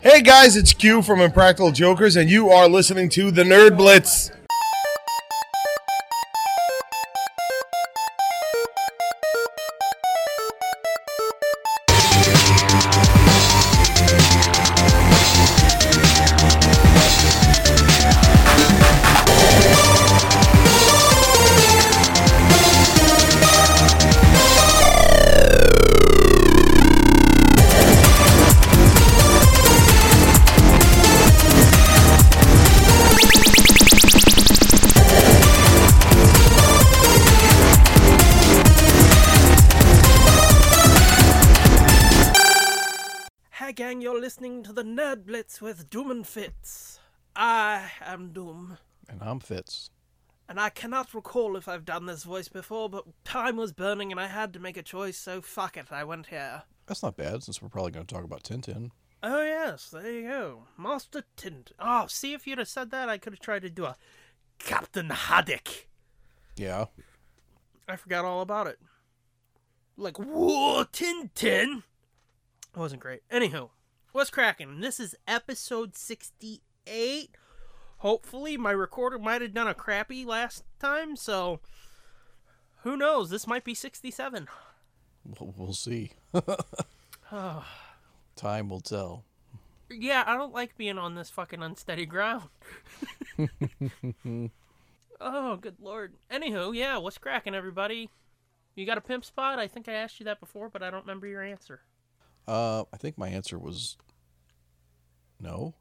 Hey guys, it's Q from Impractical Jokers, and you are listening to the Nerd Blitz. Hi, gang, you're listening to the Nerd Blitz with Doom and Fitz. I am Doom, And I'm Fitz. and I cannot recall if I've done this voice before, but time was burning and I had to make a choice, so fuck it, I went here. That's not bad since we're probably going to talk about Tintin. Oh, yes, there you go. Master Tint. Oh, see, if you'd have said that, I could have tried to do a Captain Haddock. Yeah. I forgot all about it. Like, whoa, Tintin! It wasn't great. Anywho, what's cracking? This is episode 68. Hopefully, my recorder might have done a crappy last time, so who knows? This might be 67. We'll, we'll see. Time will tell. Yeah, I don't like being on this fucking unsteady ground. oh, good lord. Anywho, yeah, what's cracking, everybody? You got a pimp spot? I think I asked you that before, but I don't remember your answer. Uh, I think my answer was no.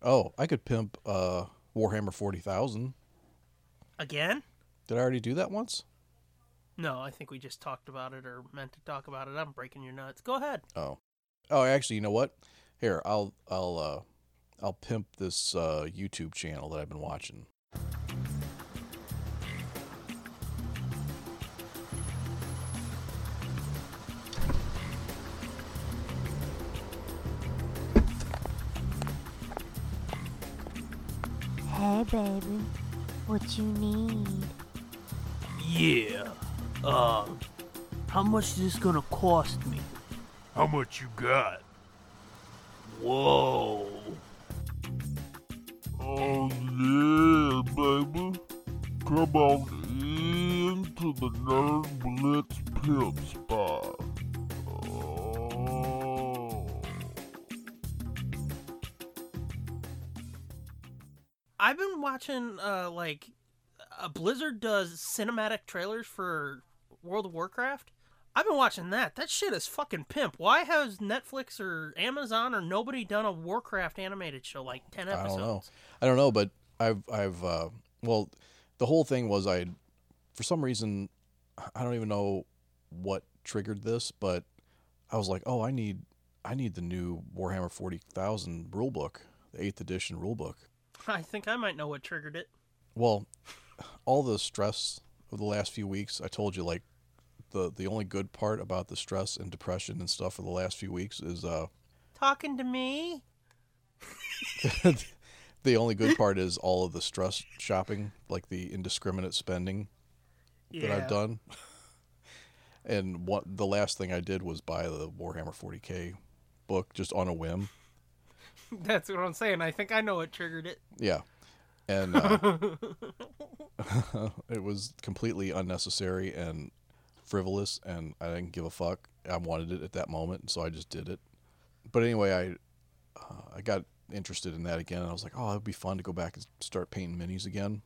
Oh, I could pimp uh, Warhammer 40,000. Again? Did I already do that once? No, I think we just talked about it or meant to talk about it. I'm breaking your nuts. Go ahead. Oh. Oh, actually, you know what? Here, I'll I'll uh I'll pimp this uh YouTube channel that I've been watching. Hey, baby, what you need? Yeah. Uh, how much is this gonna cost me? How much you got? Whoa. Oh yeah, baby. Come on in to the Nerd Blitz Pimp Spot. Oh. I've been watching uh like uh, Blizzard does cinematic trailers for World of Warcraft. I've been watching that. That shit is fucking pimp. Why has Netflix or Amazon or nobody done a Warcraft animated show like 10 I episodes? don't know. I don't know, but I've I've uh, well, the whole thing was I, for some reason, I don't even know what triggered this, but I was like, oh, I need I need the new Warhammer Forty Thousand rulebook, the eighth edition rulebook. I think I might know what triggered it. Well, all the stress of the last few weeks, I told you like the the only good part about the stress and depression and stuff for the last few weeks is uh Talking to me? the only good part is all of the stress shopping, like the indiscriminate spending. that I've done. and what the last thing I did was buy the Warhammer 40k book just on a whim. That's what I'm saying. I think I know what triggered it. Yeah, and uh, it was completely unnecessary and frivolous, and I didn't give a fuck. I wanted it at that moment, so I just did it. But anyway, I uh, I got interested in that again, and I was like, oh, it'd be fun to go back and start painting minis again.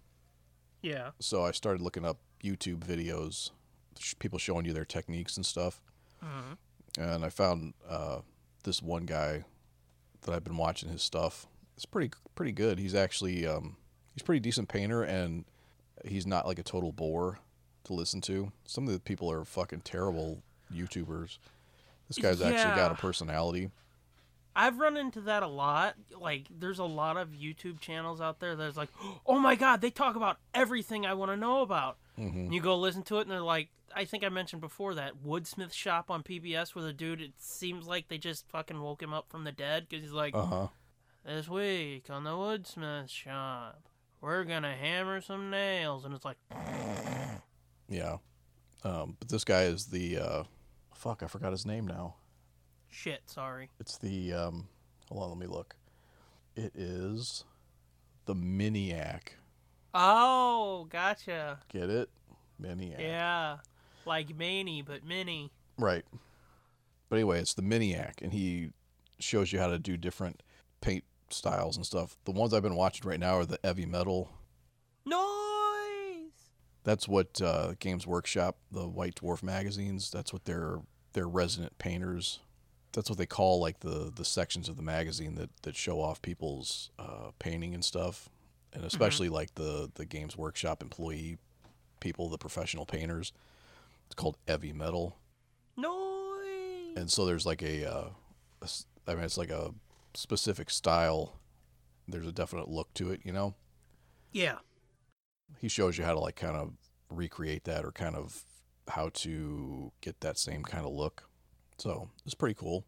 Yeah. so I started looking up YouTube videos, sh- people showing you their techniques and stuff. And I found uh, this one guy that I've been watching his stuff. It's pretty pretty good. He's actually um, he's a pretty decent painter, and he's not like a total bore to listen to. Some of the people are fucking terrible YouTubers. This guy's actually got a Yeah. personality. I've run into that a lot. Like, there's a lot of YouTube channels out there that's like, oh my God, they talk about everything I want to know about. Mm-hmm. And You go listen to it, and they're like, I think I mentioned before that Woodsmith shop on PBS where the dude, it seems like they just fucking woke him up from the dead because he's like, Uh huh. this week on the Woodsmith shop, we're going to hammer some nails. And it's like, Yeah. Um, but this guy is the uh, fuck. I forgot his name now. Shit, sorry. It's the um, hold on, let me look. It is the Miniac. Oh, gotcha. Get it? Miniac. Yeah. Like Manny, but Minnie. Right. But anyway, it's the Miniac, and he shows you how to do different paint styles and stuff. The ones I've been watching right now are the heavy metal. Noise! That's what uh, Games Workshop, the White Dwarf magazines. That's what their their resident painters. That's what they call like the the sections of the magazine that that show off people's uh, painting and stuff, and especially like the the Games Workshop employee people, the professional painters. It's called heavy metal Noise! and so there's like a, uh, a s- I mean it's like a specific style there's a definite look to it you know Yeah. he shows you how to like kind of recreate that or kind of how to get that same kind of look so it's pretty cool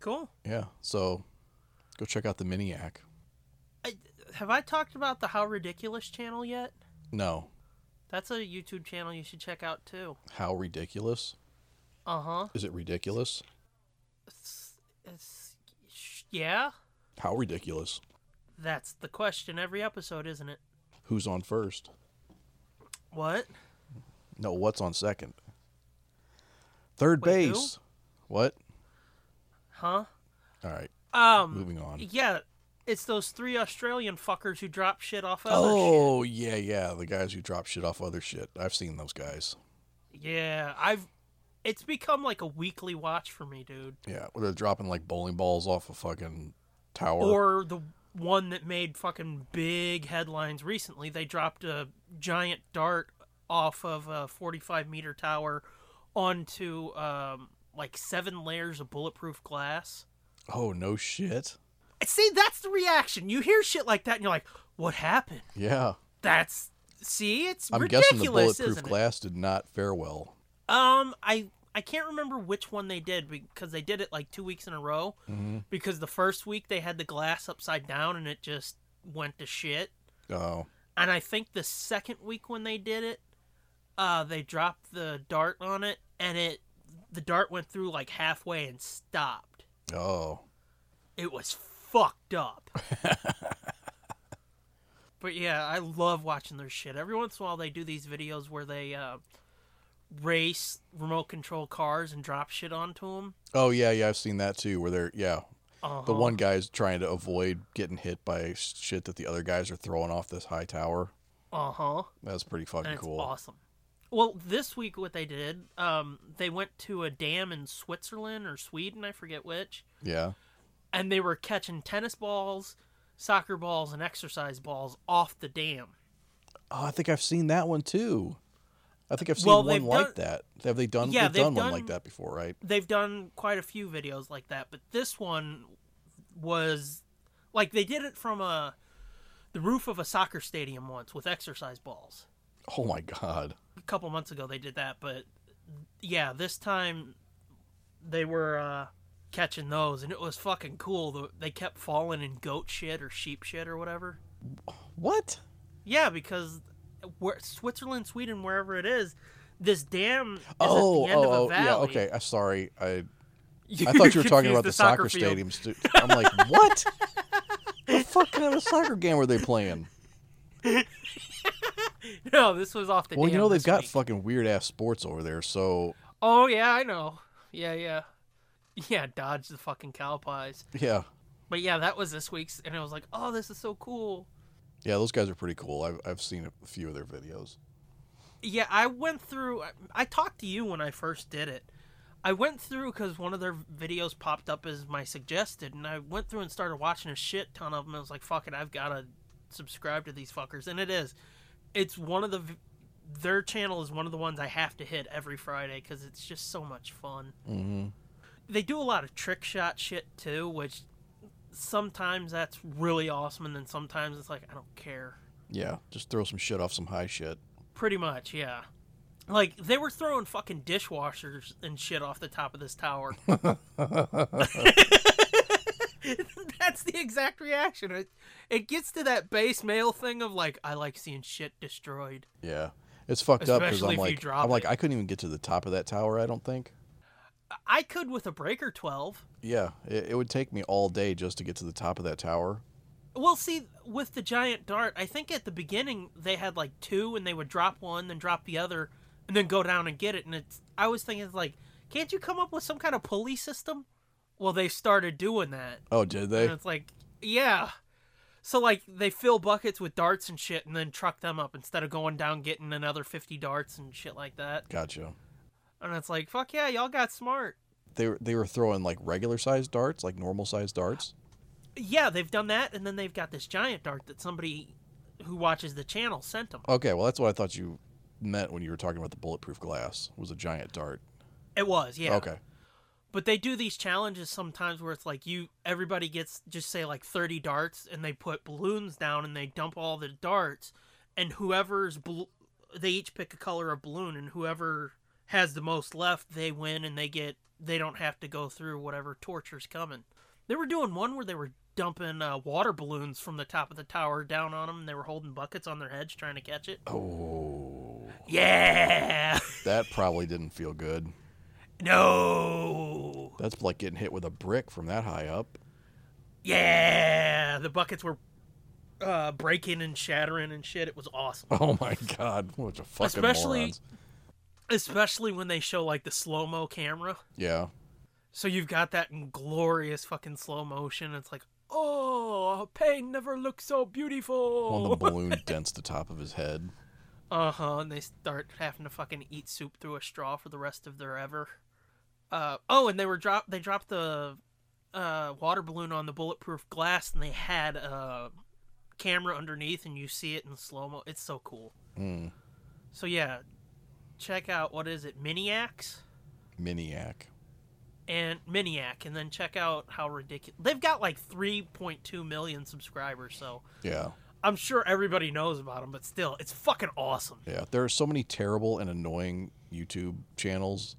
Cool. yeah so go check out the miniac I, have I talked about the How Ridiculous channel yet? no That's a YouTube channel you should check out too. how ridiculous Uh huh. is it ridiculous It's, it's, sh- yeah. how ridiculous That's the question every episode, isn't it? who's on first What? no what's on second third Wait, who? base what Huh? all right Um. moving on Yeah, it's those three Australian fuckers who drop shit off other shit. Oh yeah, yeah. The guys who drop shit off other shit. I've seen those guys. Yeah, I've. It's become like a weekly watch for me, dude. Yeah, where they're dropping like bowling balls off a fucking tower. Or the one that made fucking big headlines recently. They dropped a giant dart off of a 45 meter tower onto um, like seven layers of bulletproof glass. oh no shit. See, that's the reaction. You hear shit like that and you're like, what happened? Yeah, That's. See, it's I'm ridiculous, guessing the bulletproof isn't it? glass did not fare well. Um, I I can't remember which one they did because they did it like two weeks in a row. Mm-hmm. Because the first week they had the glass upside down and it just went to shit. Oh, And I think the second week when they did it, uh, they dropped the dart on it and it the dart went through like halfway and stopped. oh, It was fucked up. but yeah, I love watching their shit. Every once in a while, they do these videos where they uh, race remote control cars and drop shit onto them. oh yeah, yeah. I've seen that too. Where they're yeah, Uh-huh. the one guy's trying to avoid getting hit by s- shit that the other guys are throwing off this high tower. Uh huh. That's pretty fucking And it's cool. awesome. Well, this week what they did, um, they went to a dam in Switzerland or Sweden, I forget which, Yeah. and they were catching tennis balls, soccer balls, and exercise balls off the dam. Oh, I think I've seen that one too. I think I've seen Well, one they've done- like that. Have they done? Yeah, they've they've done one like done- that before, right? they've done quite a few videos like that, but this one was like they did it from a the roof of a soccer stadium once with exercise balls. Oh my god. A couple months ago they did that, but yeah, this time they were uh, catching those, and it was fucking cool. The- They kept falling in goat shit or sheep shit or whatever. What? Yeah, because where, Switzerland, Sweden, wherever it is, this dam is oh, at the end oh, of a oh, valley. yeah. Okay, I'm sorry. I I thought you were confused talking about the, soccer, field. stadiums. Too. I'm like, what? the fuck kind of soccer game were they playing? No, this was off the. Well, you dam know they've this got week. fucking weird ass sports over there. So Oh yeah, I know. Yeah, yeah, yeah. Dodge the fucking cow pies. yeah, But yeah, that was this week's, and I was like, oh, this is so cool. yeah, those guys are pretty cool. I've I've seen a few of their videos. Yeah, I went through. I, I talked to you when I first did it. I went through because one of their videos popped up as my suggested, and I went through and started watching a shit ton of them. And I was like, fuck it, I've gotta subscribe to these fuckers, and it is. It's one of the. v- Their channel is one of the ones I have to hit every Friday because it's just so much fun. hmm they do a lot of trick shot shit too, which sometimes that's really awesome, and then sometimes it's like I don't care. Yeah, just throw some shit off some high shit. Pretty much, yeah. Like they were throwing fucking dishwashers and shit off the top of this tower. that's the exact reaction. It it gets to that base male thing of like I like seeing shit destroyed. Yeah, it's fucked up because Especially I'm if you like drop I'm like it. I couldn't even get to the top of that tower. I don't think. I could with a break or 12. Yeah, it, it would take me all day just to get to the top of that tower. Well, see, with the giant dart, I think at the beginning they had like two, and they would drop one, then drop the other, and then go down and get it. And it's I was thinking it's like, can't you come up with some kind of pulley system? Well, they started doing that, Oh, did and they? it's like, yeah. So like they fill buckets with darts and shit, and then truck them up instead of going down getting another fifty darts and shit like that. Gotcha. And it's like, fuck yeah, y'all got smart. They were they were throwing like regular sized darts, like normal sized darts. Yeah, they've done that, and then they've got this giant dart that somebody who watches the channel sent them. Okay, well that's what I thought you meant when you were talking about the bulletproof glass was a giant dart. It was, yeah. Okay. But they do these challenges sometimes where it's like you everybody gets just say like 30 darts and they put balloons down and they dump all the darts and whoever's blo- they each pick a color of balloon and whoever has the most left they win and they get they don't have to go through whatever torture's coming. They were doing one where they were dumping uh, water balloons from the top of the tower down on them and they were holding buckets on their heads trying to catch it. Oh, Yeah. that probably didn't feel good. no. That's like getting hit with a brick from that high up. Yeah, the buckets were uh, breaking and shattering and shit. It was awesome, Oh my god, what a fucking Especially- morons. especially when they show like the slow mo camera. Yeah. So you've got that in glorious fucking slow motion. It's like, oh, pain never looks so When the beautiful. balloon dents the top of his head. Uh huh. And they start having to fucking eat soup through a straw for the rest of their ever. Uh oh, and they were drop. They dropped the uh, water balloon on the bulletproof glass, and they had a camera underneath, and you see it in slow mo. It's so cool. Mm. So yeah, check out what is it, Miniacs Miniac. and Miniac, and then check out how ridiculous they've got like 3.2 million subscribers. So Yeah. I'm sure everybody knows about them, but still, it's fucking awesome. Yeah. There are so many terrible and annoying YouTube channels.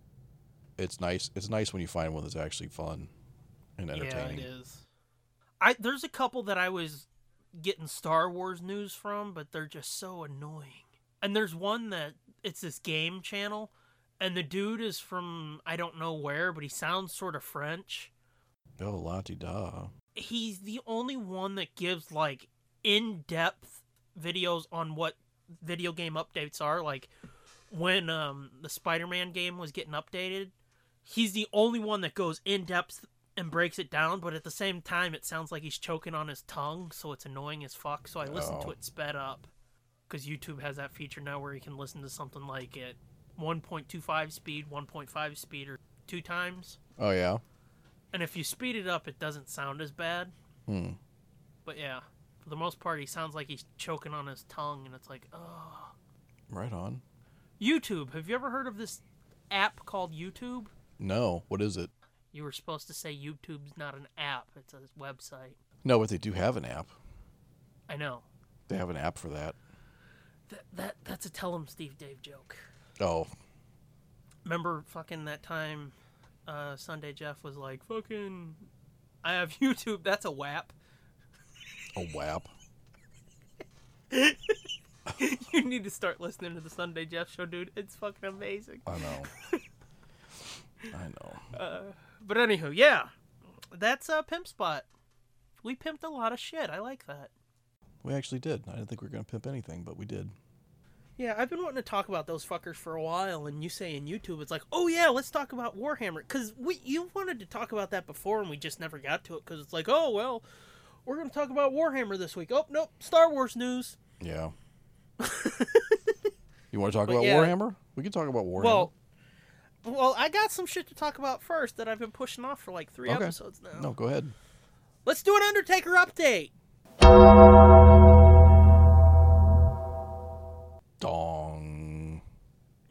It's nice it's nice when you find one that's actually fun and Yeah, entertaining. it is. I there's a couple that I was getting Star Wars news from, but they're just so annoying. And there's one that it's this game channel, and the dude is from I don't know where, but he sounds sort of French. oh la di da. he's the only one that gives like in-depth videos on what video game updates are like when um the spider-man game was getting updated he's the only one that goes in-depth and breaks it down but at the same time it sounds like he's choking on his tongue so it's annoying as fuck so i listened to Oh. it sped up because youtube has that feature now where you can listen to something like at 1.25 speed 1.5 speed or two times Oh yeah. and if you speed it up, it doesn't sound as bad. Hmm. But yeah, for the most part, he sounds like he's choking on his tongue, and it's like, oh. Right on. YouTube. Have you ever heard of this app called YouTube? No. What is it? You were supposed to say YouTube's not an app; it's a website. No, but they do have an app. I know. They have an app for that. That that that's a tell 'em Steve Dave joke. Oh. Remember fucking that time, uh, Sunday Jeff was like, fucking, I have YouTube. That's a WAP. A WAP. you need to start listening to the Sunday Jeff show, dude. It's fucking amazing. I know. I know. But anywho, yeah, that's uh, pimp spot. We pimped a lot of shit. I like that. We actually did. I didn't think we were gonna pimp anything, but we did. Yeah, I've been wanting to talk about those fuckers for a while, and you say in YouTube, it's like, oh yeah, let's talk about Warhammer, because we you wanted to talk about that before, and we just never got to it, because it's like, oh well, we're gonna talk about Warhammer this week. Oh nope, Star Wars news. Yeah. you want to talk But about yeah. Warhammer? We can talk about Warhammer. Well, well, I got some shit to talk about first that I've been pushing off for like three Okay. episodes now. no, go ahead. Let's do an Undertaker update. Dong.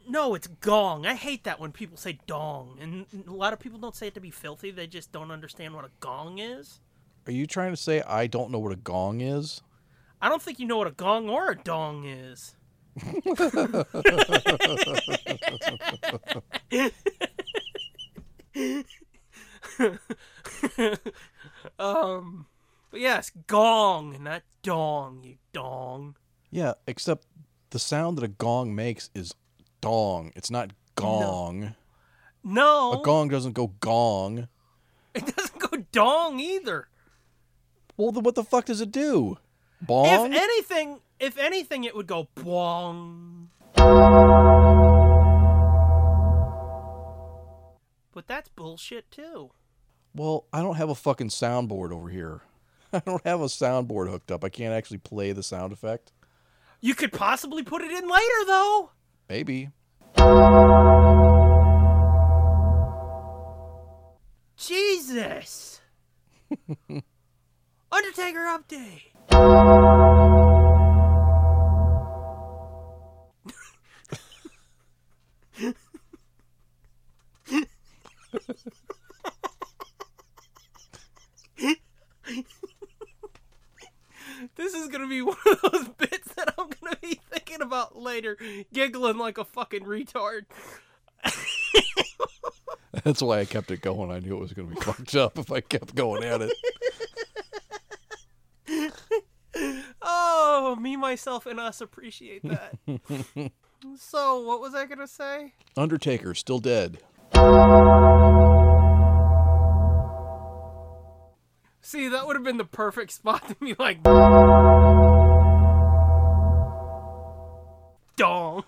No, it's gong. I hate that when people say dong. And a lot of people don't say it to be filthy. They just don't understand what a gong is. Are you trying to say I don't know what a gong is? I don't think you know what a gong or a dong is. um, but yes, gong, not dong, you dong. Yeah, except the sound that a gong makes is dong. It's not gong. No, A gong doesn't go gong. it doesn't go dong either. Well, then what the fuck does it do? Bong? If anything, if anything, it would go bong. But that's bullshit too. well, I don't have a fucking soundboard over here. I don't have a soundboard hooked up. I can't actually play the sound effect. You could possibly put it in later though. Maybe. Jesus. Undertaker update. this is gonna be one of those bits that I'm gonna be thinking about later, giggling like a fucking retard. That's why I kept it going. I knew it was going to be fucked up if I kept going at it. Oh, me, myself, and us appreciate that. so, what was I gonna say? Undertaker, still dead. See, that would have been the perfect spot to be like, dong.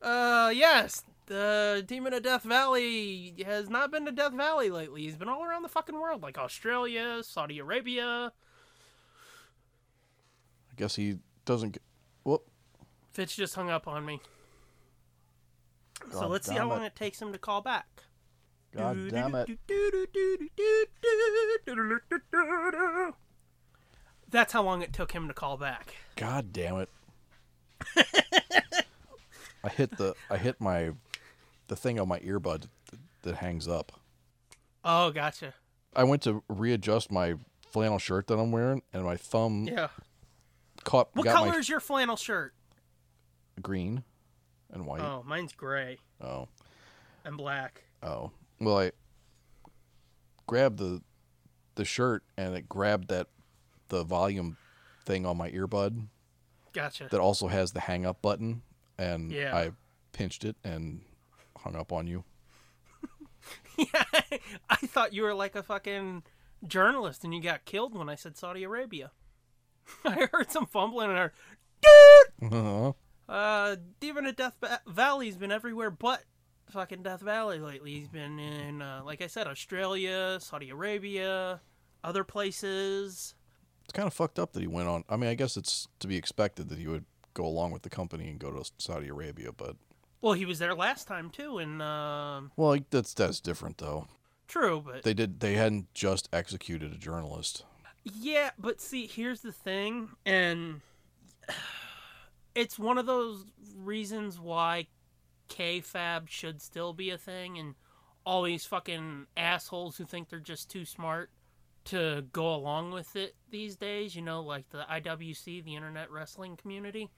uh, yes, the demon of Death Valley has not been to Death Valley lately. He's been all around the fucking world, like Australia, Saudi Arabia. I guess he doesn't. Get, whoop. Fitz just hung up on me. so God let's see how damn it. long it takes him to call back. God damn it. That's how long it took him to call back. God damn it. I hit the I hit my the thing on my earbud that, that hangs up. Oh, gotcha. I went to readjust my flannel shirt that I'm wearing and my thumb Yeah. caught What got color my is your flannel shirt? green and white. Oh, mine's gray Oh. and black. Oh. Well, I grabbed the the shirt and it grabbed that the volume thing on my earbud Gotcha. that also has the hang up button and Yeah. I pinched it and hung up on you. yeah, I thought you were like a fucking journalist and you got killed when I said Saudi Arabia. I heard some fumbling and I heard, Uh-huh. Uh, Demon of Death ba- Valley's been everywhere but fucking Death Valley lately. He's been in, uh, like I said, Australia, Saudi Arabia, other places. It's kind of fucked up that he went on. I mean, I guess it's to be expected that he would go along with the company and go to Saudi Arabia, but Well, he was there last time too, and um, well, like, that's that's different though. true, but They did they hadn't just executed a journalist. Yeah, but see, here's the thing, and it's one of those reasons why KFAB should still be a thing, and all these fucking assholes who think they're just too smart to go along with it these days, you know, like the IWC, the Internet Wrestling Community.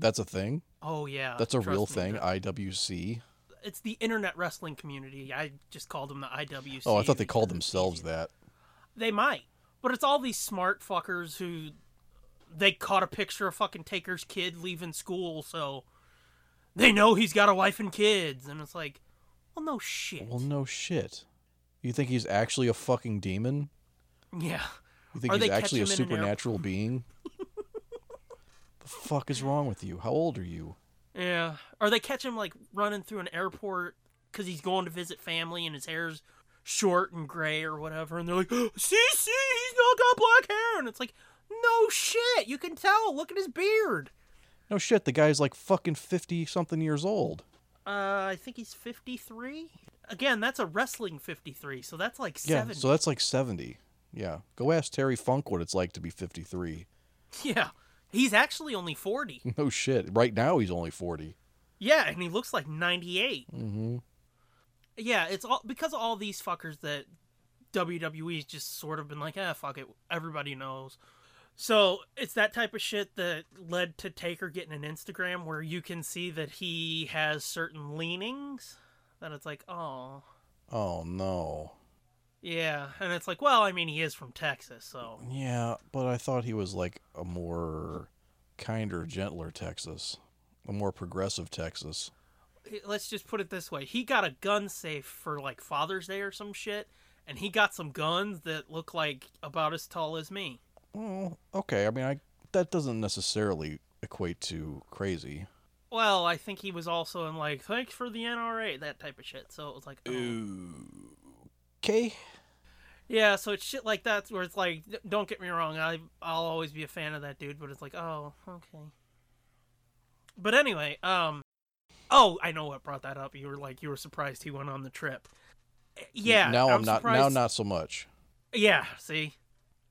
That's a thing. Oh, yeah. That's a trust real me, thing. the- IWC. It's the Internet Wrestling Community. I just called them the IWC. Oh, I thought they because called it's themselves easier. that. They might. But it's all these smart fuckers who they caught a picture of fucking Taker's kid leaving school, so they know he's got a wife and kids. And it's like, well, no shit. Well, no shit. You think he's actually a fucking demon? Yeah. You think Or he's they catch actually a him in an air- supernatural being? the fuck is wrong with you? How old are you? Yeah. Or they catch him, like, running through an airport because he's going to visit family and his hair's short and gray or whatever. And they're like, see, see, he's not got black hair. And it's like, no shit. You can tell. Look at his beard. No shit. The guy's like fucking fifty something years old. Uh, I think he's 53. Again, that's a wrestling 53, so that's like Yeah, 70. so that's like 70. Yeah. Go ask Terry Funk what it's like to be 53. yeah. He's actually only 40. No shit. Right now he's only 40. yeah, and he looks like 98. Mhm. Yeah, it's all because of all these fuckers that WWE's just sort of been like, ah, fuck it, everybody knows. So it's that type of shit that led to Taker getting an Instagram where you can see that he has certain leanings. That it's like, oh, Oh no. yeah, and it's like, well, I mean, he is from Texas, so Yeah, but I thought he was like a more kinder, gentler Texas, a more progressive Texas. eh, let's just put it this way: he got a gun safe for like Father's Day or some shit, and he got some guns that look like about as tall as me. Well, okay. I mean, I that doesn't necessarily equate to crazy. Well, I think he was also in like thanks for the NRA that type of shit. So it was like, oh. Okay. yeah. So it's shit like that where it's like, d- don't get me wrong, I I'll always be a fan of that dude, but it's like, oh, okay. But anyway, um, oh, I know what brought that up. You were like, you were surprised he went on the trip. Eh, Yeah. Now I'm, not. Now surprised- not so much. Yeah, see?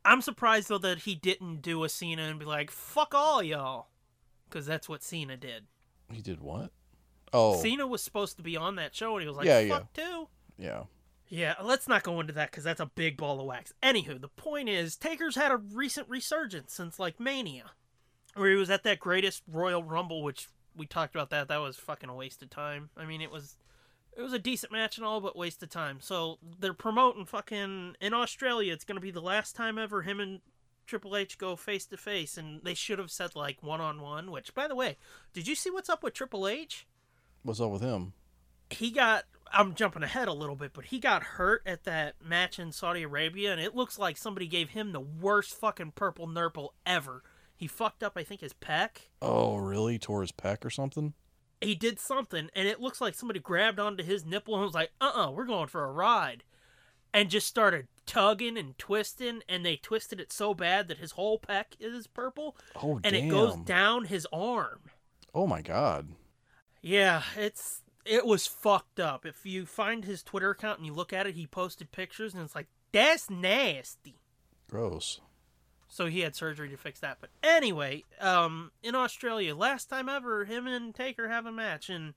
I'm surprised, though, that he didn't do a Cena and be like, fuck all y'all. Because that's what Cena did. He did what? Oh, Cena was supposed to be on that show, and he was like, Yeah, fuck too. yeah. Yeah, let's not go into that because that's a big ball of wax. Anywho, the point is, Taker's had a recent resurgence since, like, Mania, where he was at that greatest Royal Rumble, which we talked about that. That was fucking a waste of time. I mean, it was. It was a decent match and all, but waste of time. So they're promoting fucking in Australia. It's gonna be the last time ever him and Triple H go face to face, and they should have said like one on one. Which, by the way, did you see what's up with Triple H? What's up with him? he got I'm jumping ahead a little bit, but he got hurt at that match in Saudi Arabia and it looks like somebody gave him the worst fucking purple nurple ever. He fucked up I think his pec. Oh, really? Tore his pack or something? He did something and it looks like somebody grabbed onto his nipple and was like, "Uh-uh, we're going for a ride." And just started tugging and twisting and they twisted it so bad that his whole pec is purple Oh, and damn. it goes down his arm. Oh my god. Yeah, it's it was fucked up. If you find his Twitter account and you look at it, he posted pictures and it's like that's nasty. Gross. So he had surgery to fix that. But anyway, um, in Australia, last time ever, him and Taker have a match, and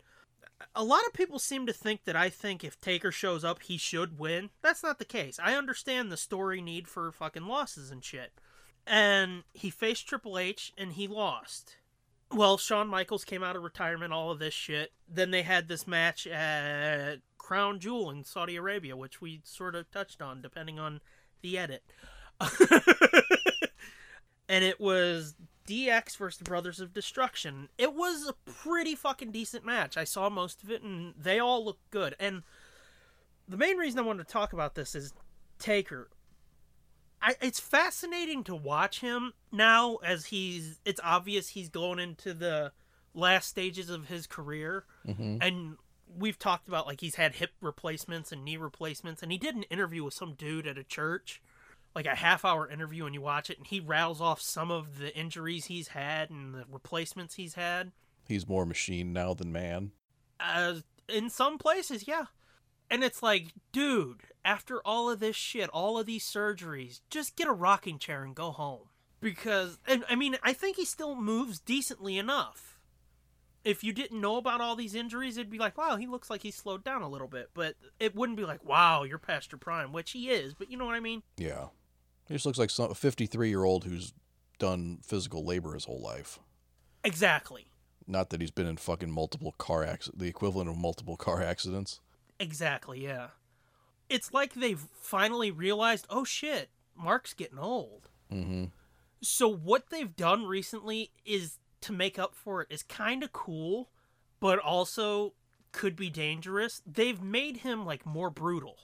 a lot of people seem to think that I think if Taker shows up, he should win. That's not the case. I understand the story need for fucking losses and shit. And he faced Triple H and he lost. Well, Shawn Michaels came out of retirement, all of this shit. Then they had this match at Crown Jewel in Saudi Arabia, which we sort of touched on, depending on the edit. and it was DX versus the Brothers of Destruction. It was a pretty fucking decent match. I saw most of it, and they all looked good. And the main reason I wanted to talk about this is Taker. I, it's fascinating to watch him now as he's it's obvious he's going into the last stages of his career hmm and we've talked about like he's had hip replacements and knee replacements and he did an interview with some dude at a church like a half hour interview and you watch it and he rattles off some of the injuries he's had and the replacements he's had He's more machine now than man. uh, in some places yeah and it's like dude after all of this shit all of these surgeries just get a rocking chair and go home because and, i mean i think he still moves decently enough if you didn't know about all these injuries it'd be like wow he looks like he's slowed down a little bit but it wouldn't be like wow you're past your prime which he is but you know what i mean Yeah. He just looks like some, a 53 year old who's done physical labor his whole life. exactly Not that he's been in fucking multiple car accidents, the equivalent of multiple car accidents. exactly yeah it's like they've finally realized oh shit mark's getting old hmm So what they've done recently is to make up for it is kind of cool, but also could be dangerous. They've made him like more brutal.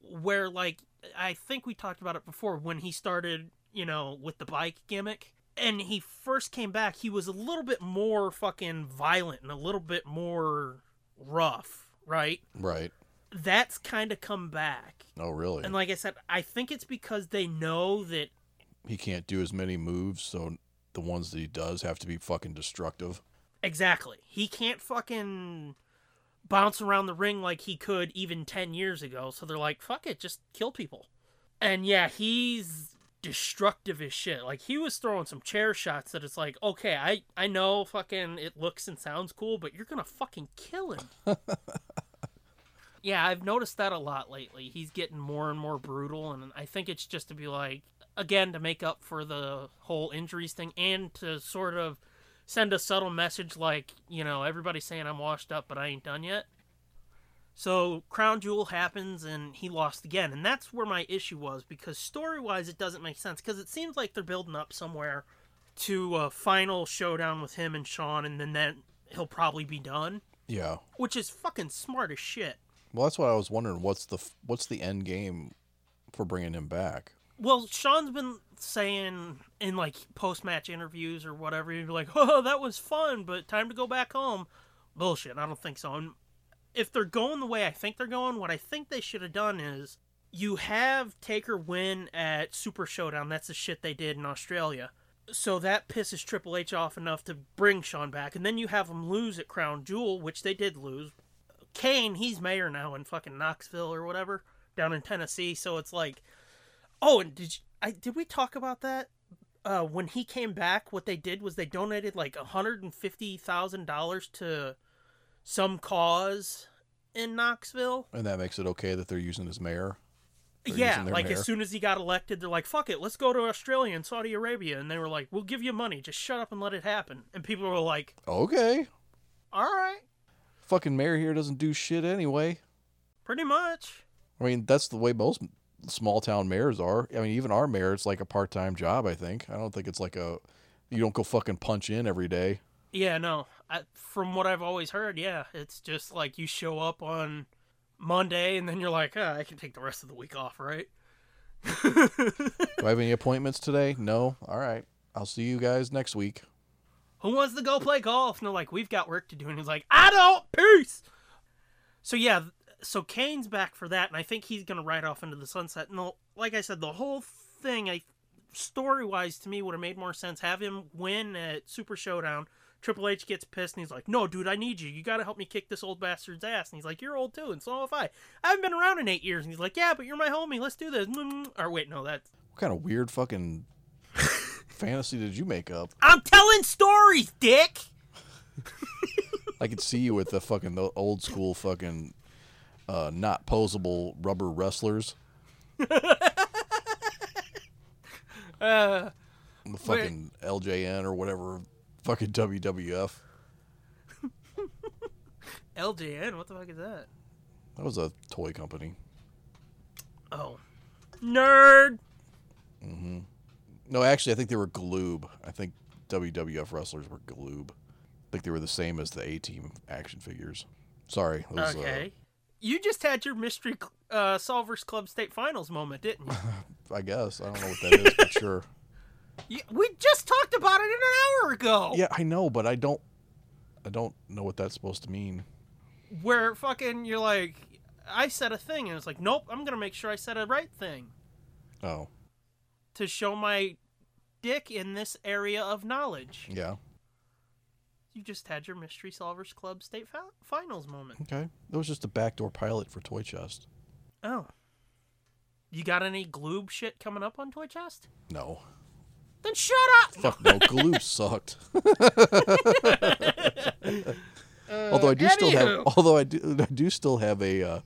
Where like I think we talked about it before when he started, you know, with the bike gimmick and he first came back, he was a little bit more fucking violent and a little bit more rough, right? Right. That's kind of come back. Oh, really? And like I said, I think it's because they know that he can't do as many moves, so the ones that he does have to be fucking destructive. Exactly. He can't fucking bounce around the ring like he could even 10 years ago. So they're like, fuck it, just kill people. And yeah, he's destructive as shit. Like he was throwing some chair shots that it's like, okay, I I know fucking it looks and sounds cool, but you're going to fucking kill him. yeah, I've noticed that a lot lately. He's getting more and more brutal and I think it's just to be like again to make up for the whole injuries thing and to sort of send a subtle message like, you know, everybody's saying I'm washed up, but I ain't done yet. So Crown Jewel happens and he lost again. And that's where my issue was because story wise, it doesn't make sense because it seems like they're building up somewhere to a final showdown with him and Sean, and then that he'll probably be done. Yeah. which is fucking smart as shit. Well, that's what I was wondering. What's the f- what's the end game for bringing him back? Well, Sean's been saying in like post match interviews or whatever, he'd be like, "Oh, that was fun, but time to go back home." Bullshit. I don't think so. And if they're going the way I think they're going, what I think they should have done is you have Taker win at Super Showdown. That's the shit they did in Australia. So that pisses Triple H off enough to bring Sean back, and then you have him lose at Crown Jewel, which they did lose. Kane, he's mayor now in fucking Knoxville or whatever down in Tennessee. So it's like, oh, and did you, I did we talk about that? Uh, when he came back, what they did was they donated like hundred and fifty thousand dollars to some cause in Knoxville. And that makes it okay that they're using his mayor. They're yeah, using their like mayor. as soon as he got elected, they're like, "Fuck it, let's go to Australia and Saudi Arabia," and they were like, "We'll give you money, just shut up and let it happen." And people were like, Okay. "All right, Fucking mayor here doesn't do shit anyway. pretty much." I mean, that's the way most small town mayors are. I mean, even our mayor, it's like a part time job. I think. I don't think it's like a you don't go fucking punch in every day. Yeah, no. I, from what I've always heard, yeah, it's just like you show up on Monday and then you're like, ah, I can take the rest of the week off, right? Do I have any appointments today? No. All right. I'll see you guys next week. Who wants to go play golf? And they're like, we've got work to do. And he's like, I don't. Peace. So yeah, th- so Kane's back for that, and I think he's gonna ride off into the sunset. And the, like I said, the whole thing, I story wise, to me would have made more sense. Have him win at Super Showdown. Triple H gets pissed and he's like, "No, dude, I need you. You got to help me kick this old bastard's ass." And he's like, "You're old too, and so have I. I haven't been around in eight years." And he's like, "Yeah, but you're my homie. Let's do this." Or wait, no, that's What kind of weird fucking fantasy did you make up? I'm telling stories, Dick. I could see you with the fucking the old school fucking uh, not posable rubber wrestlers. Uh, The fucking LJN or whatever fucking WWF. LJN, what the fuck is that? That was a toy company. Oh. Nerd. No, actually, I think they were Gloob. I think WWF wrestlers were Gloob. I think they were the same as the A Team action figures. Sorry. That was, uh, Okay. You just had your mystery cl- uh, solvers club state finals moment, didn't you? I guess. I don't know what that is, but sure. you? We just talked about it an hour ago. Yeah, I know, but I don't. I don't know what that's supposed to mean. Where fucking you're like, I said a thing, and it's like, nope, I'm gonna make sure I said a right thing Oh, to show my dick in this area of knowledge. yeah. You just had your mystery solvers club state fi- finals moment. Okay. That was just a backdoor pilot for Toy Chest. Oh. You got any gloob shit coming up on Toy Chest? No. Then shut up. Fuck no, glue sucked. although I do still have, anywho. although I do, I do still have a uh,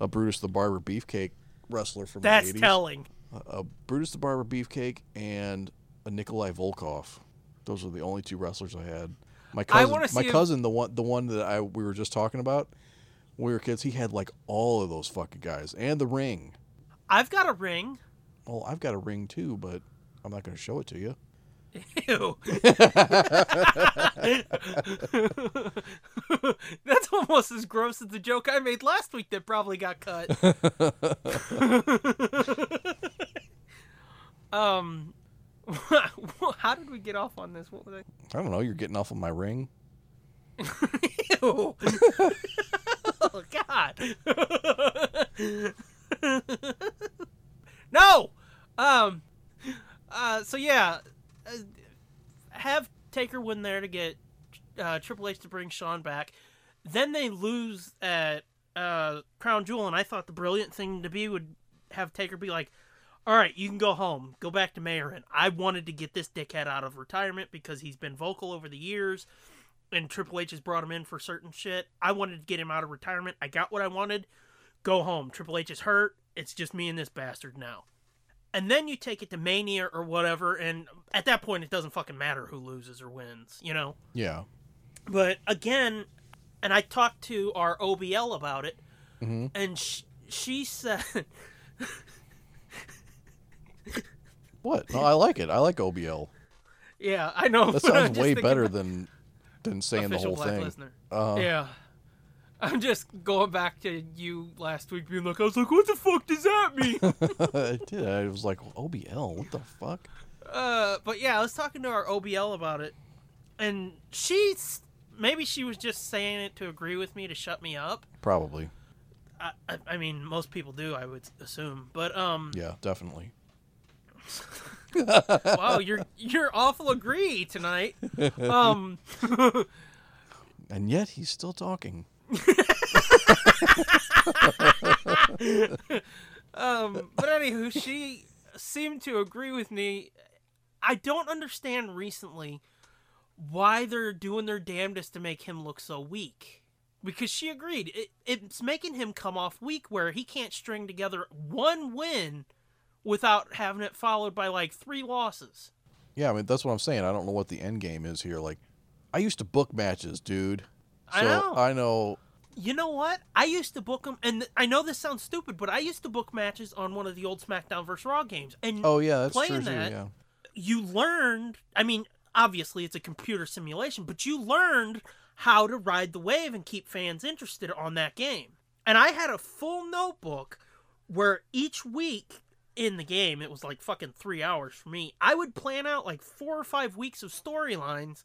a Brutus the Barber beefcake wrestler from That's the 80s. telling. a Brutus the Barber beefcake and a Nikolai Volkov. Those are the only two wrestlers I had. My I cousin, wanna my see if- cousin, the one, the one that I we were just talking about, when we were kids. He had like all of those fucking guys and the ring. I've got a ring. Well, I've got a ring too, but I'm not going to show it to you. Ew. That's almost as gross as the joke I made last week that probably got cut. um, how did we get off on this? What was I don't know. You're getting off of my ring. I? Ew. oh God. no. Um. Uh. So yeah, uh, have Taker win there to get uh, Triple H to bring Sean back. Then they lose at uh, Crown Jewel, and I thought the brilliant thing to be would have Taker be like, "All right, you can go home, go back to Mayorin. I wanted to get this dickhead out of retirement because he's been vocal over the years, and Triple H has brought him in for certain shit. I wanted to get him out of retirement. I got what I wanted. Go home. Triple H is hurt. It's just me and this bastard now." and then you take it to Mania or whatever, and at that point it doesn't fucking matter who loses or wins, you know. Yeah. But again, and I talked to our OBL about it, Mm-hmm. and sh- she said, What? No, I like it. I like OBL. "Yeah, I know." That but I'm sounds just way thinking better about than than saying the official whole Black thing. Uh-huh. Lesnar. yeah, I'm just going back to you last week being like, I was like, what the fuck does that mean? I did. I was like, OBL, what the fuck? Uh, but yeah, I was talking to our OBL about it, and she's maybe she was just saying it to agree with me to shut me up. Probably. I, I, I mean, most people do, I would assume. But um, Yeah, definitely. wow, you're you're awful agree tonight. Um, And yet he's still talking. um, but anywho, she seemed to agree with me. I don't understand recently why they're doing their damnedest to make him look so weak. Because she agreed, it, it's making him come off weak where he can't string together one win without having it followed by like three losses. Yeah, I mean that's what I'm saying. I don't know what the end game is here. Like, I used to book matches, dude. So I know. I know. You know what? I used to book them, and I know this sounds stupid, but I used to book matches on one of the old SmackDown vs. Raw games. And Oh yeah, that's Playing true that- too. Yeah. you learned i mean obviously it's a computer simulation but you learned how to ride the wave and keep fans interested on that game and i had a full notebook where each week in the game it was like fucking three hours for me i would plan out like four or five weeks of storylines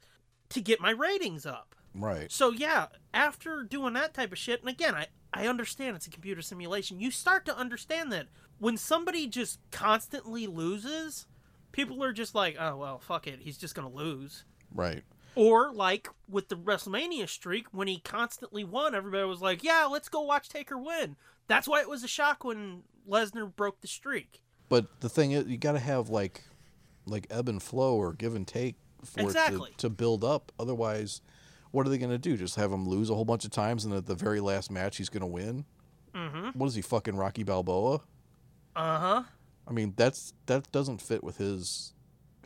to get my ratings up Right. so yeah, after doing that type of shit, and again, I I understand it's a computer simulation. You start to understand that when somebody just constantly loses, people are just like, oh well, fuck it, he's just gonna lose. Right. Or like with the WrestleMania streak, when he constantly won, everybody was like, yeah, let's go watch Taker win. That's why it was a shock when Lesnar broke the streak. But the thing is, you got to have like, like ebb and flow or give and take for Exactly. it to, to build up. Otherwise, what are they going to do? Just have him lose a whole bunch of times, and at the very last match, he's going to win. Mm-hmm. What is he fucking Rocky Balboa? Uh huh. I mean, that's that doesn't fit with his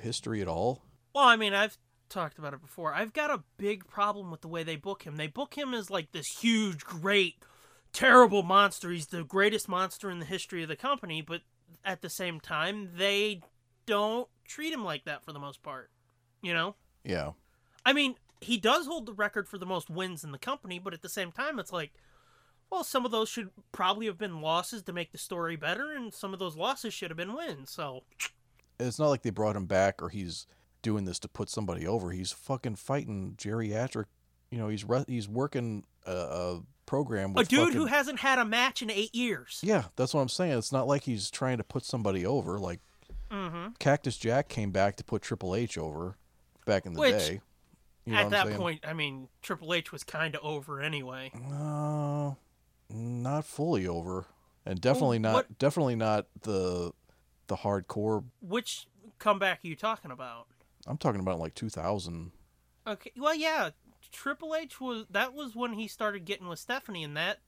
history at all. Well, I mean, I've talked about it before. I've got a big problem with the way they book him. They book him as like this huge, great, terrible monster. He's the greatest monster in the history of the company, but at the same time, they don't treat him like that for the most part. You know? Yeah. I mean, he does hold the record for the most wins in the company, but at the same time, it's like, well, some of those should probably have been losses to make the story better, and some of those losses should have been wins. So, it's not like they brought him back or he's doing this to put somebody over. He's fucking fighting geriatric. You know, he's re- he's working a, a program a with dude fucking- who hasn't had a match in eight years. yeah, that's what I'm saying. It's not like he's trying to put somebody over. Like Mm-hmm. Cactus Jack came back to put Triple H over back in the Which, day. You know At what that I'm saying? point, I mean, Triple H was kind of over anyway. no, Uh, not fully over, and definitely not what- definitely not the the hardcore. Which comeback are you talking about? I'm talking about like 2000. Okay, well, yeah, Triple H was that was when he started getting with Stephanie, and that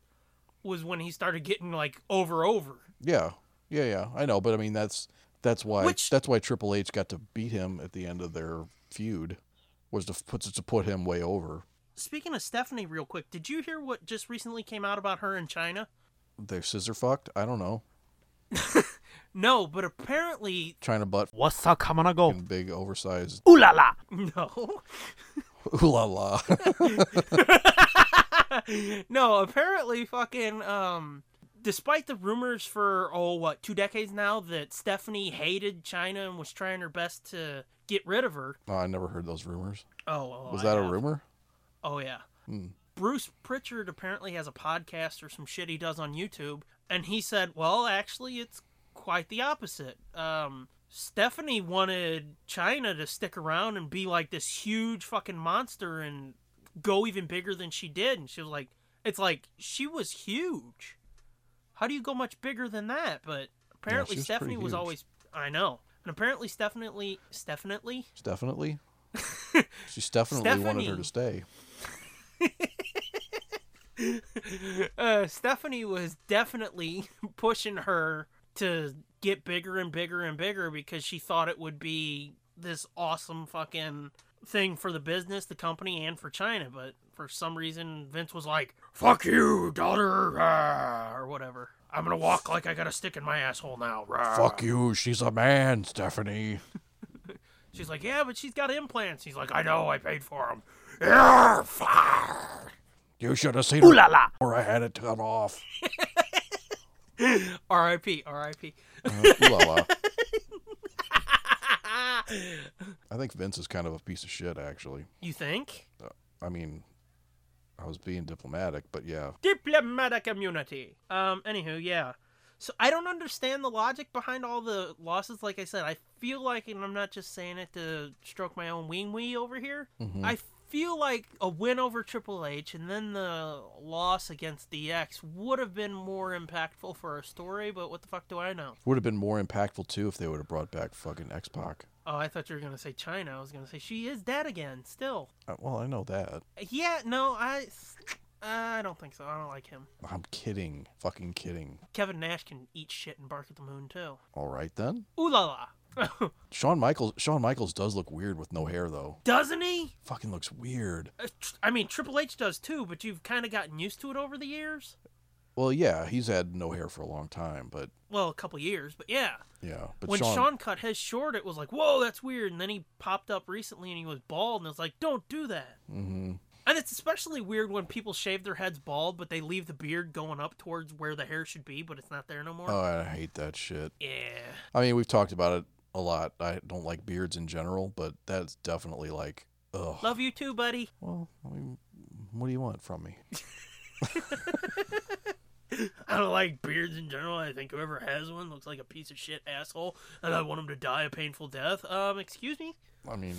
was when he started getting like over over. Yeah, yeah, yeah. I know, but I mean that's that's why Which- that's why Triple H got to beat him at the end of their feud was to put to put him way over. Speaking of Stephanie, real quick, did you hear what just recently came out about her in China? They're scissor fucked. I don't know. No, but apparently, Trying to butt What's a coming go? fucking big oversized Ooh la la! no, ooh la la. no, apparently, fucking, um, despite the rumors for, oh, what, two decades now that Stephanie hated China and was trying her best to get rid of her. oh, I never heard those rumors. Oh, well, Was I that a have. rumor? Oh, yeah. Hmm. Bruce Pritchard apparently has a podcast or some shit he does on YouTube, and he said, well, actually, it's quite the opposite. Um, Stephanie wanted China to stick around and be like this huge fucking monster and go even bigger than she did. And she was like, it's like she was huge. How do you go much bigger than that? But apparently, was pretty Stephanie was huge. always. I know. And apparently, Stephanie. Stephanie? Definitely. She's definitely wanted her Stephanie. to stay. uh, Stephanie was definitely pushing her to get bigger and bigger and bigger because she thought it would be this awesome fucking thing for the business, the company, and for China. But for some reason, Vince was like, fuck you, daughter, rah," or whatever. I'm gonna walk like I got a stick in my asshole now. rah." Fuck you. She's a man, Stephanie. She's like, yeah, but she's got implants. He's like, I know, I paid for them. You should have seen Ooh her la la. or I had it cut off. R.I.P. R.I.P. Uh, ooh la la. I think Vince is kind of a piece of shit, actually. you think? I mean, I was being diplomatic, but yeah, Diplomatic immunity. Um. Anywho, yeah. So I don't understand the logic behind all the losses. Like I said, I feel like, and I'm not just saying it to stroke my own wing wee over here. I feel like a win over Triple H and then the loss against DX would have been more impactful for a story. But what the fuck do I know? would have been more impactful too if they would have brought back fucking X Pac. Oh, I thought you were gonna say China. I was gonna say she is dead again. Still. Uh, well, I know that. Yeah. No. I. I don't think so. I don't like him. I'm kidding. Fucking kidding. Kevin Nash can eat shit and bark at the moon too. All right then. Ooh la la. Shawn Michaels. Shawn Michaels does look weird with no hair though. Doesn't he? Fucking looks weird. Uh, tr- I mean, Triple H does too, but you've kind of gotten used to it over the years. Well, yeah, he's had no hair for a long time, but Well, a couple years, but yeah. yeah. But when Shawn, Sean... cut his short, it was like, whoa, that's weird. And then he popped up recently and he was bald, and it was like, don't do that. hmm And it's especially weird when people shave their heads bald, but they leave the beard going up towards where the hair should be, but it's not there no more. Oh, I hate that shit. yeah. I mean, we've talked about it a lot. I don't like beards in general, but that's definitely like, ugh. Love you too, buddy. Well, I mean, what do you want from me? I don't like beards in general. I think whoever has one looks like a piece of shit asshole, and I want him to die a painful death. Um, excuse me? I mean,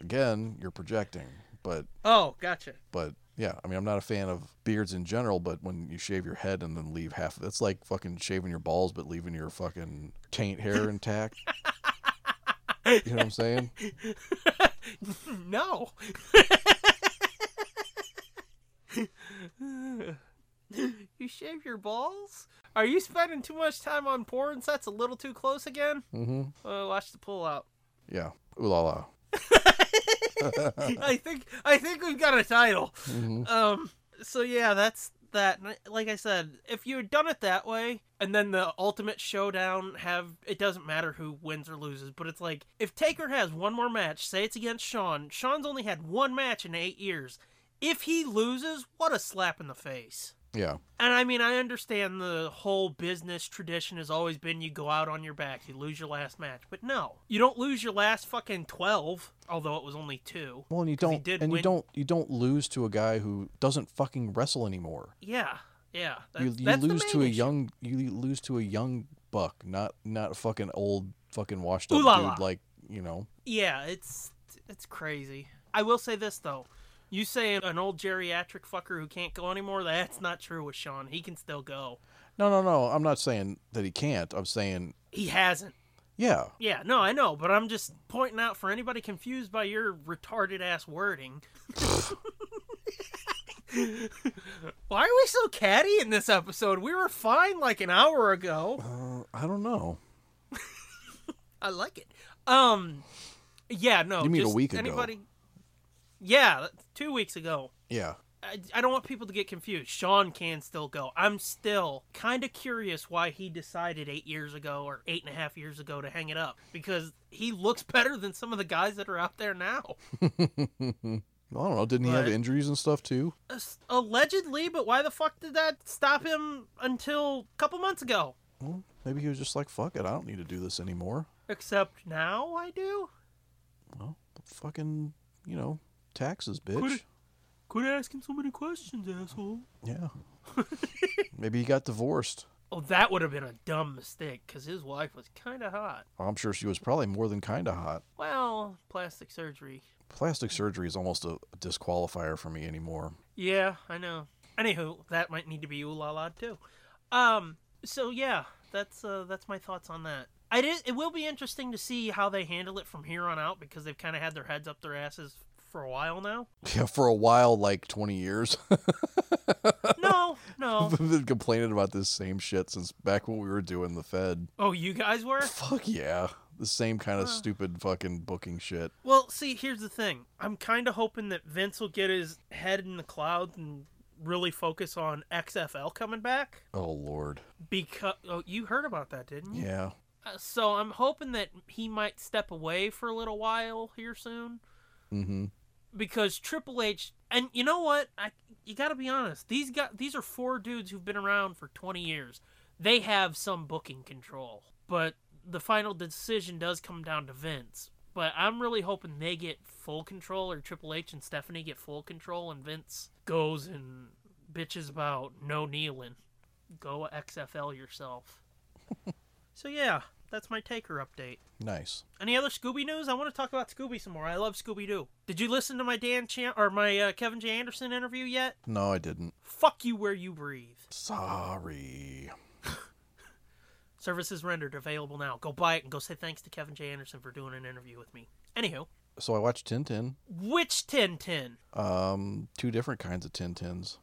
again, you're projecting, but Oh, gotcha. but yeah, I mean, I'm not a fan of beards in general, but when you shave your head and then leave half, that's like fucking shaving your balls but leaving your fucking taint hair intact. you know what I'm saying? no. you shave your balls? Are you spending too much time on porn sets a little too close again? Mm-hmm. Uh, watch the pull out. Yeah. Ooh la la. I think I think we've got a title. Mm-hmm. Um so yeah, that's that And I- like I said, if you had done it that way and then the ultimate showdown have it doesn't matter who wins or loses, but it's like if Taker has one more match, say it's against Sean, Sean's only had one match in 8 years. If he loses, what a slap in the face. Yeah. And I mean, I understand the whole business tradition has always been you go out on your back, you lose your last match. But no, you don't lose your last fucking 12, although it was only two. Well, and you 'Cause he don't, did and win- you don't, you don't lose to a guy who doesn't fucking wrestle anymore. Yeah, yeah. you that's- you that's the lose main to a issue. young, you lose to a young buck, not not a fucking old, fucking washed up Ooh la dude la. like you know. Yeah, it's it's crazy. I will say this though. You say an old geriatric fucker who can't go anymore, that's not true with Sean. He can still go. No, no, no. I'm not saying that he can't. I'm saying, He hasn't. yeah, Yeah, no, I know, but I'm just pointing out for anybody confused by your retarded ass wording. Why are we so catty in this episode? We were fine like an hour ago. uh, I don't know. I like it. Um, yeah, no. You mean a just week ago? Anybody? Yeah, that's two weeks ago. Yeah, I, I don't want people to get confused. Sean can still go. I'm still kind of curious why he decided eight years ago or eight and a half years ago to hang it up because he looks better than some of the guys that are out there now. Well, I don't know. Didn't he have But- injuries and stuff too? As- Allegedly, but why the fuck did that stop him until a couple months ago? Well, maybe he was just like, fuck it, I don't need to do this anymore. Except now I do? Well, fucking, you know, taxes, bitch. Quit. Quit asking so many questions, asshole. Yeah. maybe he got divorced. Oh, that would have been a dumb mistake because his wife was kind of hot. I'm sure she was probably more than kind of hot. Well, plastic surgery. Plastic surgery is almost a disqualifier for me anymore. Yeah, I know. Anywho, that might need to be ooh la la too. Um, so yeah, that's uh, that's my thoughts on that. I did, it will be interesting to see how they handle it from here on out because they've kind of had their heads up their asses for a while now. Yeah, for a while, like 20 years. No, no. I've been complaining about this same shit since back when we were doing the Fed. Oh, you guys were? Fuck yeah. The same kind of stupid fucking booking shit. Well, see, here's the thing. I'm kind of hoping that Vince will get his head in the clouds and really focus on XFL coming back Oh, Lord. because oh, you heard about that, didn't you? Yeah. Uh, so I'm hoping that he might step away for a little while here soon. Mm hmm. because Triple H and you know what? I you got to be honest. These got these are four dudes who've been around for 20 years. They have some booking control, but the final decision does come down to Vince. But I'm really hoping they get full control, or Triple H and Stephanie get full control, and Vince goes and bitches about no kneeling. Go XFL yourself. so yeah, that's my taker update. Nice. Any other Scooby news? I want to talk about Scooby some more. I love Scooby Doo. Did you listen to my Dan Chan or my uh, Kevin J Anderson interview yet? No, I didn't. Fuck you where you breathe. Sorry. Services rendered available now. Go buy it and go say thanks to Kevin J Anderson for doing an interview with me. Anywho, So I watched Tintin. which Tin Tin? Um, two different kinds of Tintins.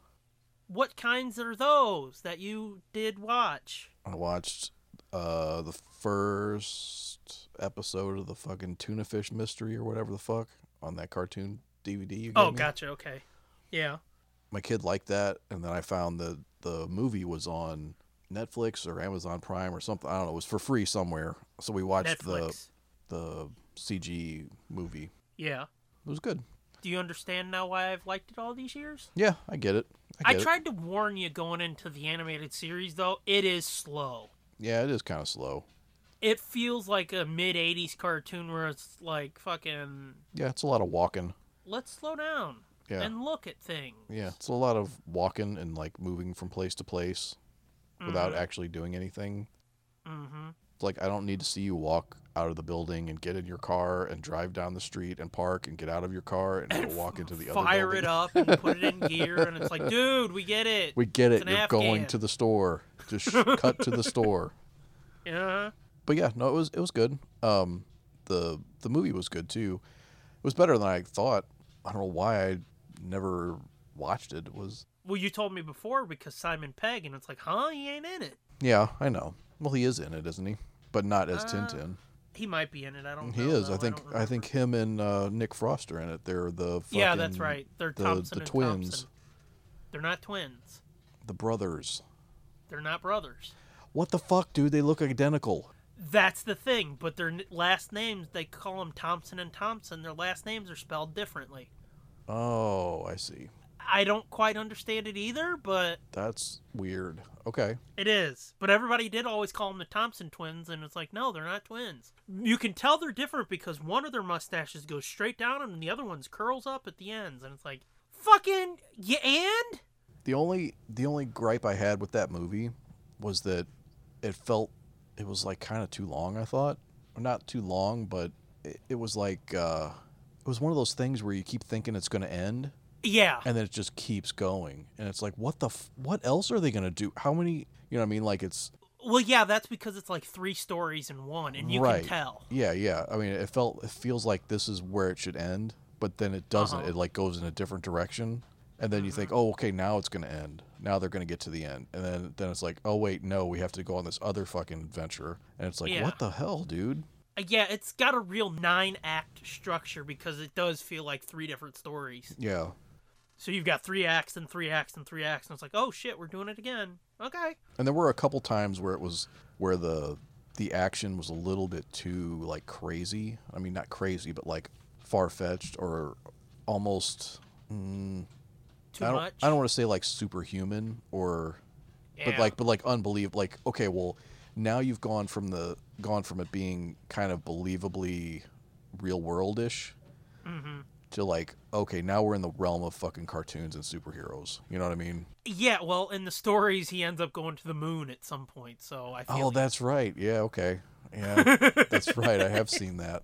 What kinds are those that you did watch? I watched uh the first episode of the fucking tuna fish mystery or whatever the fuck on that cartoon DVD. You Oh, gave me. gotcha. Okay, yeah. My kid liked that, and then I found that the movie was on Netflix or Amazon Prime or something. I don't know. It was for free somewhere. So we watched Netflix. the the CG movie. Yeah. It was good. Do you understand now why I've liked it all these years? Yeah, I get it. I, I get it. tried to warn you going into the animated series, though. It is slow. Yeah, it is kind of slow. It feels like a mid 80s cartoon where it's like fucking, Yeah, it's a lot of walking. let's slow down Yeah. and look at things. Yeah, it's a lot of walking and like moving from place to place Mm. without actually doing anything. Mm-hmm. It's like I don't need to see you walk out of the building and get in your car and drive down the street and park and get out of your car and, go walk into the other Fire it building. up and put it in gear, and it's like, dude, we get it. We get It's it. an You're going Afghan. to the store. Just sh- cut to the store. Yeah. But yeah, no, it was it was good. Um, the the movie was good too. It was better than I thought. I don't know why I never watched it. It was Well, you told me before because Simon Pegg, and it's like, huh, he ain't in it. yeah, I know. Well, he is in it, isn't he? But not as Uh, Tintin. He might be in it. I don't. He know, is. though. I think. don't I, think remember. him and uh, Nick Frost are in it. They're the fucking, Yeah, that's right. They're the- Thompson the and twins. Thompson. They're not twins. The brothers. They're not brothers. What the fuck, dude? They look identical. That's the thing, but their n- last names, they call them Thompson and Thompson. Their last names are spelled differently. Oh, I see. I don't quite understand it either, but That's weird. Okay. it is. But everybody did always call them the Thompson twins, and it's like, no, they're not twins. You can tell they're different because one of their mustaches goes straight down and the other one's curls up at the ends, and it's like, fucking, yeah, and? The only the only gripe I had with that movie was that it felt it was like kind of too long. I thought, or not too long, but it, it was like uh, it was one of those things where you keep thinking it's going to end, Yeah. and then it just keeps going, and it's like, what the f- what else are they going to do? How many? You know what I mean? Like it's Well, yeah, that's because it's like three stories in one, and you right. can tell. Yeah, yeah. I mean, it felt it feels like this is where it should end, but then it doesn't. Uh-huh. Mm-hmm. It like goes in a different direction, and then you think, oh, okay, now it's gonna end. Now they're gonna get to the end, and then then it's like, oh wait, no, we have to go on this other fucking adventure, and it's like, Yeah. what the hell, dude? Uh, Yeah, it's got a real nine act structure because it does feel like three different stories. Yeah, So you've got three acts and three acts and three acts, and it's like, oh shit, we're doing it again. Okay. and there were a couple times where it was where the the action was a little bit too like crazy. I mean, not crazy, but like far fetched or almost. Too I don't, much. I don't want to say like superhuman or but Yeah. like but like unbelievable like okay well now you've gone from the gone from it being kind of believably real worldish Mm-hmm. to like okay now we're in the realm of fucking cartoons and superheroes you know what i mean Yeah, well, in the stories, he ends up going to the moon at some point, so I feel. oh you. that's right yeah okay yeah that's right i have seen that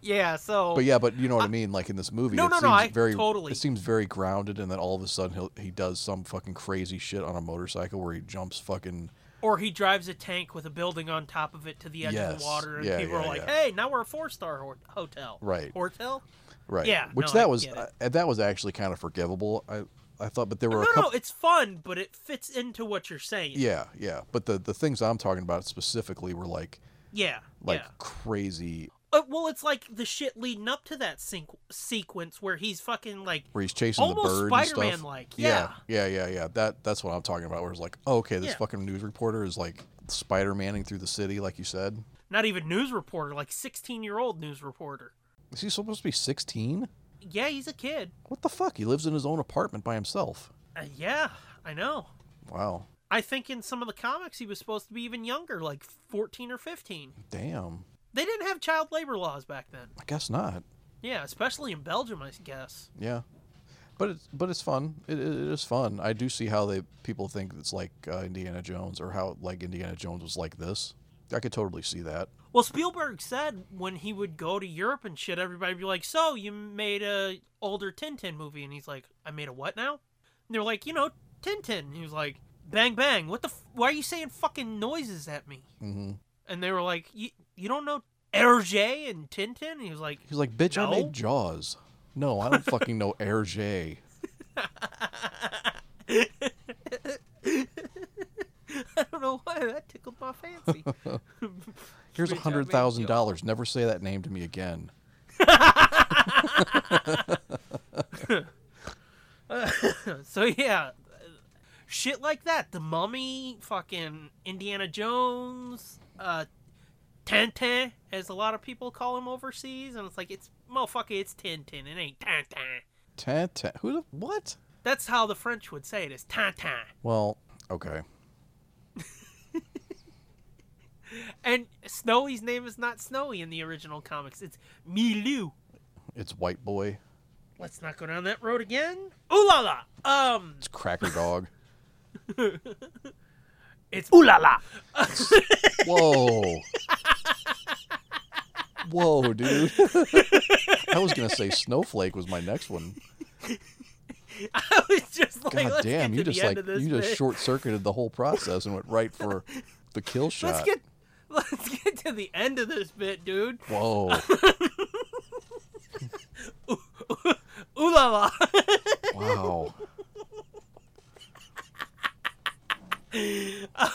Yeah, so. but yeah but you know what i mean like in this movie No, it no, no, seems I- very totally. it seems very grounded and then all of a sudden he'll, he does some fucking crazy shit on a motorcycle where he jumps fucking Or he drives a tank with a building on top of it to the edge of Yes. the water, and Yeah, people yeah, are like, yeah. hey, now we're a four star ho- hotel. Right. Hotel? right Yeah, which no, that I was get it. uh, that was actually kind of forgivable i i thought but there were No, a couple no, it's fun, but it fits into what you're saying. Yeah, yeah. But the the things I'm talking about specifically were like Yeah. like yeah. crazy Uh, well, it's like the shit leading up to that sync- sequence where he's fucking like, where he's chasing Almost the bird and Spider-Man stuff. like, yeah, yeah, yeah, yeah. That that's what I'm talking about. Where it's like, oh, okay, this Yeah. fucking news reporter is like Spider Maning through the city, like you said. not even news reporter, like 16 year old news reporter. Is he supposed to be 16? yeah, he's a kid. What the fuck? He lives in his own apartment by himself. Uh, yeah, I know. Wow. I think in some of the comics he was supposed to be even younger, like 14 or 15. Damn. They didn't have child labor laws back then. I guess not. Yeah, especially in Belgium, I guess. Yeah. But it's but it's fun. It, it, it is fun. I do see how they people think it's like uh, Indiana Jones or how like Indiana Jones was like this. I could totally see that. Well, Spielberg said when he would go to Europe and shit, everybody would be like, "So you made a older Tintin movie?" And he's like, "I made a what now?" And they're like, "You know, Tintin." And he was like, "Bang bang! What the? F- why are you saying fucking noises at me?" Mm-hmm. And they were like, "You you don't know Hergé and Tintin?" And he was like, He's like, bitch, I No. made Jaws. No, I don't fucking know Hergé. "I don't know why that tickled my fancy." Here's Bitch, a I made hundred thousand dollars. Never say that name to me again. so yeah, shit like that. The Mummy, fucking Indiana Jones, uh, Tintin, as a lot of people call him overseas, and it's like it's motherfucker, it's Tintin. It ain't Tintin. Tan tan. Who the what? That's how the French would say it. Is Tintin. Well, okay. And Snowy's name is not Snowy in the original comics. It's Milou. It's White Boy. Let's not go down that road again. Ooh la la. Um, It's Cracker Dog. it's ooh la la. Whoa. Whoa, dude. I was gonna say Snowflake was my next one. I was just like, God let's damn, get to you just the like end of this you just bit. short circuited the whole process and went right for the kill shot. Let's get let's get to the end of this bit, dude. Whoa. Ooh la la. Wow.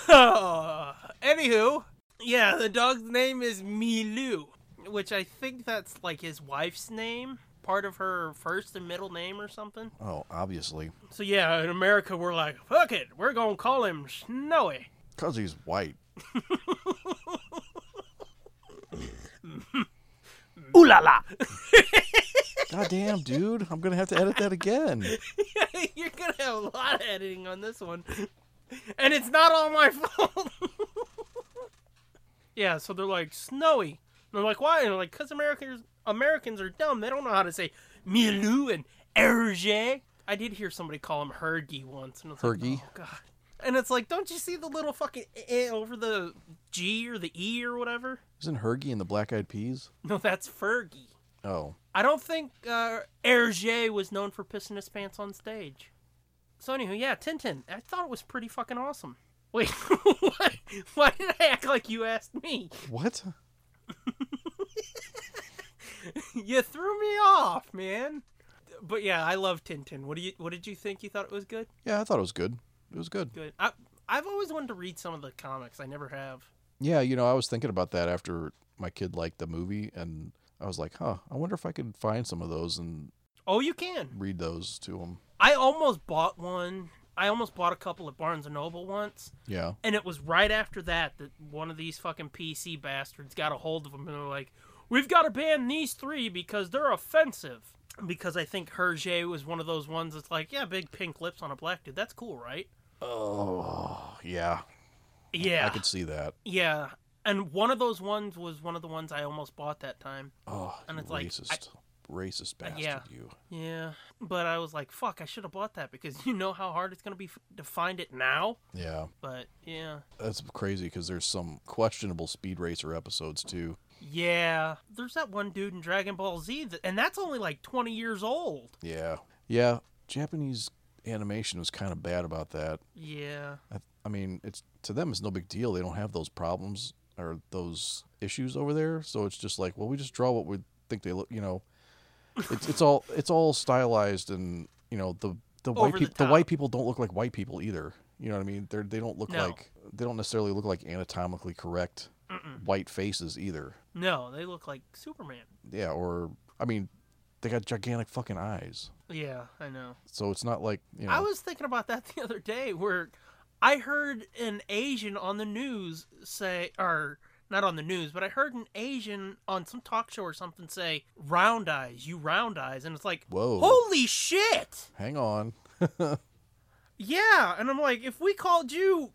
Oh, anywho, yeah, the dog's name is Milou, which I think that's like his wife's name, part of her first and middle name or something. Oh, obviously. So yeah, in America we're like, fuck it, we're gonna call him Snowy. Cause he's white. Ooh la la. Goddamn, dude. I'm gonna have to edit that again. You're gonna have a lot of editing on this one, and it's not all my fault. yeah, so they're like Snowy. And they're like, why? And they're like, cause Americans Americans are dumb. They don't know how to say Milou and Hergé. I did hear somebody call him Hergy once, and it's Hergy? like, oh god. And it's like, don't you see the little fucking eh over the G or the E or whatever? Isn't Hergy in the Black Eyed Peas? No, that's Fergie. Oh. I don't think uh, Hergé was known for pissing his pants on stage. So anywho, yeah, Tintin. I thought it was pretty fucking awesome. Wait, why, why did I act like you asked me? What? You threw me off, man. But yeah, I love Tintin. What do you? What did you think? You thought it was good? Yeah, I thought it was good. It was good. Good. I, I've always wanted to read some of the comics. I never have. Yeah, you know, I was thinking about that after my kid liked the movie, and I was like, huh, I wonder if I could find some of those and Oh, you can. read those to him. I almost bought one. I almost bought a couple at Barnes and Noble once, Yeah. And it was right after that that one of these fucking PC bastards got a hold of them and they're like, we've got to ban these three because they're offensive. Because I think Hergé was one of those ones that's like, yeah, big pink lips on a black dude. That's cool, right? Oh, yeah. I Yeah. could see that. Yeah. And one of those ones was one of the ones I almost bought that time. Oh, And you it's like, racist. I- racist bastard, yeah. you. Yeah. But I was like, fuck, I should have bought that because you know how hard it's going to be f- to find it now. Yeah. But yeah. That's crazy because there's some questionable Speed Racer episodes, too. Yeah. There's that one dude in Dragon Ball Z, that, and that's only like 20 years old. Yeah. Yeah. Japanese animation was kind of bad about that. Yeah. I, I mean, it's to them, it's no big deal. They don't have those problems or those issues over there. So it's just like, well, we just draw what we think they look. You know, it's it's all it's all stylized, and you know the the white Over the people the, top. white people don't look like white people either. You know what I mean? They they don't look No. like they don't necessarily look like anatomically correct white faces either. No, they look like Superman. Yeah, or I mean, they got gigantic fucking eyes. Yeah, I know. So it's not like you know. I was thinking about that the other day where I heard an Asian on the news say, or not on the news, but I heard an Asian on some talk show or something say, round eyes, you round eyes. And it's like, Whoa. holy shit. Hang on. Yeah. And I'm like, if we called you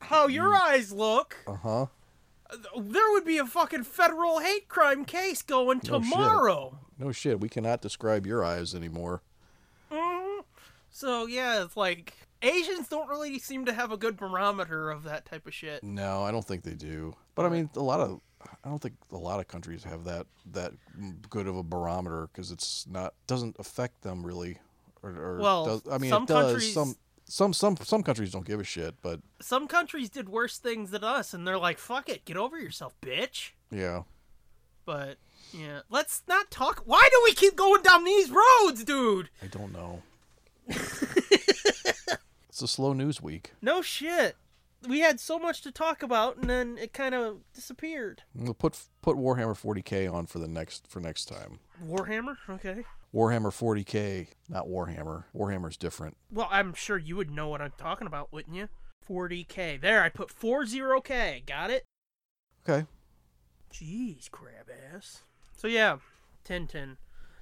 how Mm. your eyes look, Uh huh. there would be a fucking federal hate crime case going No shit. tomorrow. No shit. We cannot describe your eyes anymore. "Mm." So yeah, it's like Asians don't really seem to have a good barometer of that type of shit. No, I don't think they do. But I mean, a lot of I don't think a lot of countries have that that good of a barometer because it's not doesn't affect them really. Or, or Well, does, I mean, some it does. countries- Some some some some countries don't give a shit, but Some countries did worse things than us, and they're like, "Fuck it, get over yourself, bitch." yeah, But yeah, let's not talk. Why do we keep going down these roads, dude? I don't know. it's a slow news week. No shit. We had so much to talk about, and then it kind of disappeared. We'll put put Warhammer 40k on for the next for next time. Warhammer, okay. Warhammer 40k, not Warhammer. Warhammer's different. Well, I'm sure you would know what I'm talking about, wouldn't you? 40k. There, I put 40k. Got it. Okay. Jeez, crab ass. So yeah, Tintin.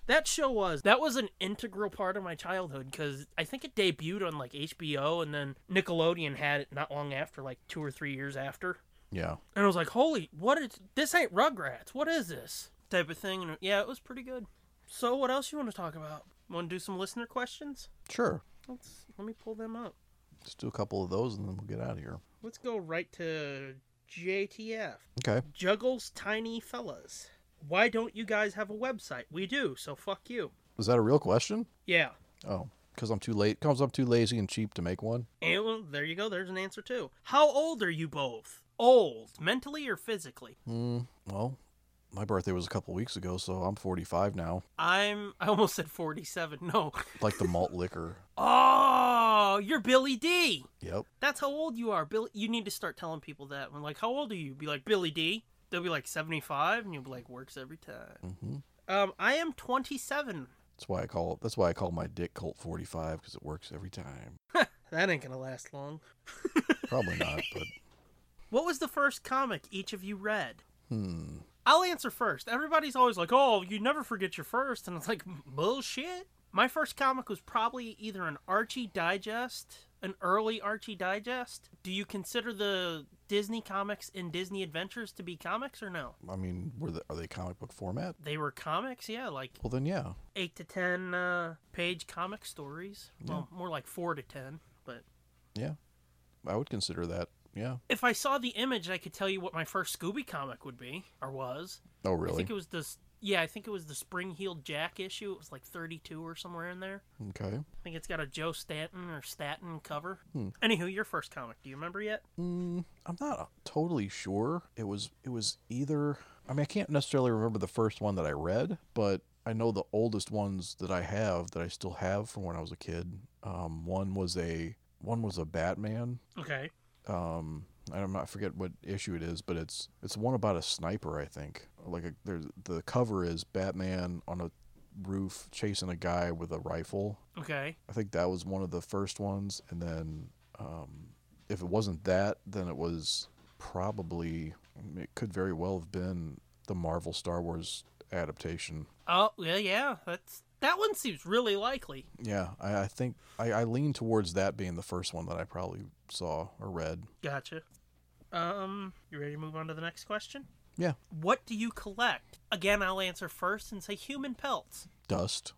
That show was that was an integral part of my childhood because I think it debuted on like HBO and then Nickelodeon had it not long after, like two or three years after. Yeah. And I was like, "Holy, what is this? Ain't Rugrats? What is this type of thing?" And yeah, it was pretty good. So what else you want to talk about? Want to do some listener questions? Sure. Let's let me pull them up. Let's do a couple of those and then we'll get out of here. Let's go right to JTF. Okay. Juggles Tiny Fellas. Why don't you guys have a website? We do, so fuck you. Is that a real question? Yeah. Oh, because I'm too late. Comes up too lazy and cheap to make one. And well, there you go, there's an answer too. How old are you both? Old, mentally or physically? Hmm, Well, my birthday was a couple weeks ago, so I'm 45 now. I'm I almost said 47. No. Like the malt liquor. Oh, you're Billy D. Yep. That's how old you are, Billy. You need to start telling people that. When like, how old are you? Be like Billy D. They'll be like 75 and you'll be like works every time. Um, I am 27. mm-hmm. That's why I call. That's why I call my dick Colt 45 because it works every time. That ain't going to last long. Probably not, but What was the first comic each of you read? Hmm. I'll answer first. Everybody's always like, oh, you never forget your first. And it's like, bullshit. My first comic was probably either an Archie Digest, an early Archie Digest. Do you consider the Disney comics and Disney Adventures to be comics or no? I mean, were the, are they comic book format? They were comics, yeah, like Well, then yeah. eight to ten uh, page comic stories. Well, more like four to ten. But Yeah. I would consider that. Yeah. if I saw the image, I could tell you what my first Scooby comic would be or was. Oh, I really? think it was the s- yeah, I think it was the Spring Heeled Jack issue. It was like 32 or somewhere in there. Okay. I think it's got a Joe Stanton or Staten cover. Hmm. Anywho, your first comic, do you remember yet? I'm not totally sure. It was it was either I mean I can't necessarily remember the first one that I read, but I know the oldest ones that I have that I still have from when I was a kid. Um, one was a one was a Batman. Okay. Um, I'm not I forget what issue it is, but it's it's one about a sniper I think. Like a, there's the cover is Batman on a roof chasing a guy with a rifle. Okay. I think that was one of the first ones, and then um, if it wasn't that, then it was probably it could very well have been the Marvel Star Wars adaptation. Oh, yeah, yeah. That's that one seems really likely. Yeah, I, I think I, I lean towards that being the first one that I probably saw or read. Gotcha. Um, you ready to move on to the next question? Yeah, What do you collect? Again, I'll answer first and say human pelts. dust.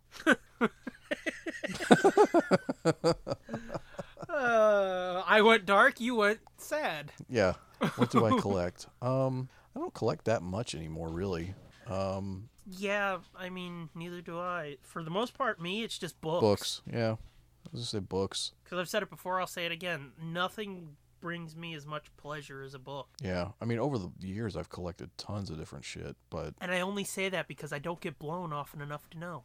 Uh, I went dark, you went sad. Yeah. What do I collect? um, I don't collect that much anymore, really. Um, Yeah, I mean, neither do I. For the most part, me, it's just books. Yeah, I was gonna say books. Because I've said it before, I'll say it again. Nothing brings me as much pleasure as a book. Yeah, I mean over the years I've collected tons of different shit, but And I only say that because I don't get blown often enough to know.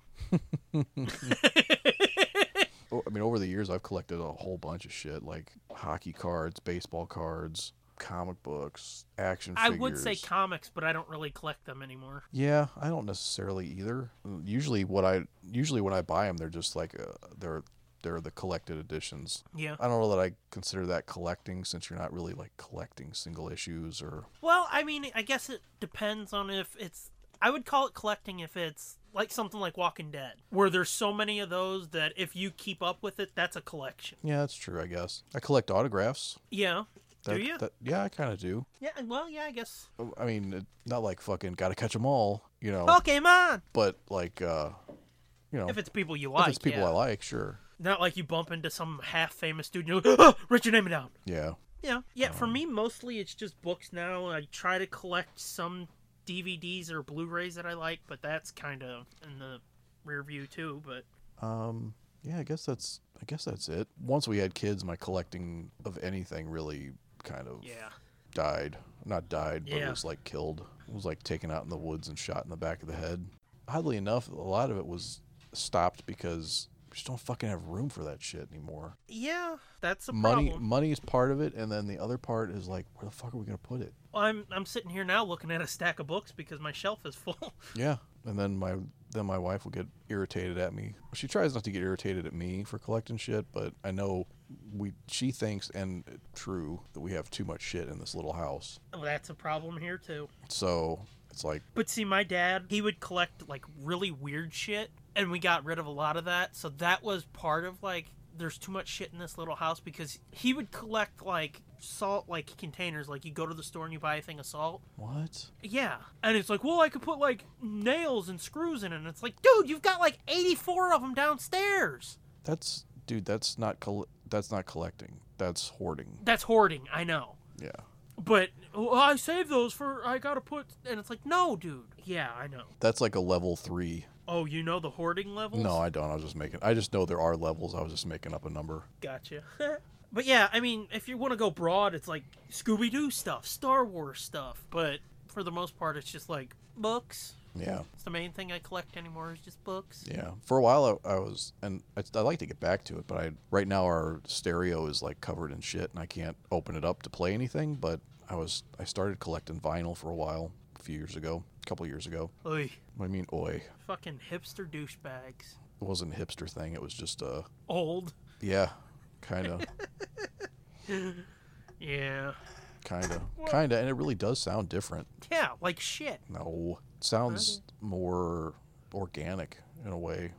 o- I mean, over the years, I've collected a whole bunch of shit like hockey cards, baseball cards, comic books, action I figures. would say comics, but I don't really collect them anymore. yeah, I don't necessarily either. Usually, what I usually when I buy them, they're just like uh, they're they're the collected editions. Yeah. I don't know that I consider that collecting since you're not really like collecting single issues or Well, I mean, I guess it depends on if it's. I would call it collecting if it's like something like Walking Dead, where there's so many of those that if you keep up with it, that's a collection. Yeah, that's true, I guess. I collect autographs. Yeah. That, do you? that- yeah, I kind of do. Yeah. Well, yeah, I guess. Oh, I mean, it- not like fucking gotta catch 'em all, you know, Pokemon. but like uh you know, If it's people you if like. it's people yeah. I like, sure. Not like you bump into some half-famous dude. and You're like, oh, write your name down. Yeah. Yeah. Yeah. For me, mostly it's just books now. I try to collect some DVDs or Blu-rays that I like, but that's kind of in the rear view too. But Um yeah, I guess that's I guess that's it. Once we had kids, my collecting of anything really kind of yeah. died. Not died, but Yeah. was like killed. It was like taken out in the woods and shot in the back of the head. Oddly enough, a lot of it was stopped because we just don't fucking have room for that shit anymore. Yeah, that's a money problem. money is part of it and then the other part is like where the fuck are we gonna put it I'm I'm sitting here now looking at a stack of books because my shelf is full. yeah and then my then my wife will get irritated at me she tries not to get irritated at me for collecting shit but i know we she thinks and true that we have too much shit in this little house Oh, that's a problem here too. so it's like But see, my dad he would collect like really weird shit, and we got rid of a lot of that. So that was part of like there's too much shit in this little house because he would collect like salt like containers. Like you go to the store and you buy a thing of salt. what Yeah, and it's like, well, I could put like nails and screws in it. And it's like, dude, you've got like 84 of them downstairs. that's dude that's not col- that's not collecting that's hoarding That's hoarding. I know. yeah But well, I saved those for I gotta put, and it's like, no, dude. Yeah, I know. that's like a level three Oh, you know the hoarding levels? no i don't i was just making i just know there are levels i was just making up a number gotcha. but yeah, I mean, if you want to go broad, it's like Scooby Doo stuff, Star Wars stuff. But for the most part, it's just like books. yeah It's the main thing I collect anymore is just books. Yeah, for a while I, I was, and I, I'd like to get back to it, but I right now our stereo is like covered in shit, and I can't open it up to play anything. But I was, I started collecting vinyl for a while, a few years ago, a couple years ago. Oy, I mean, oi, fucking hipster douchebags. it wasn't a hipster thing. It was just uh, Old. yeah, kind of, Yeah. kind of, kind of, and it really does sound different. Yeah, like shit. No, it sounds more organic in a way,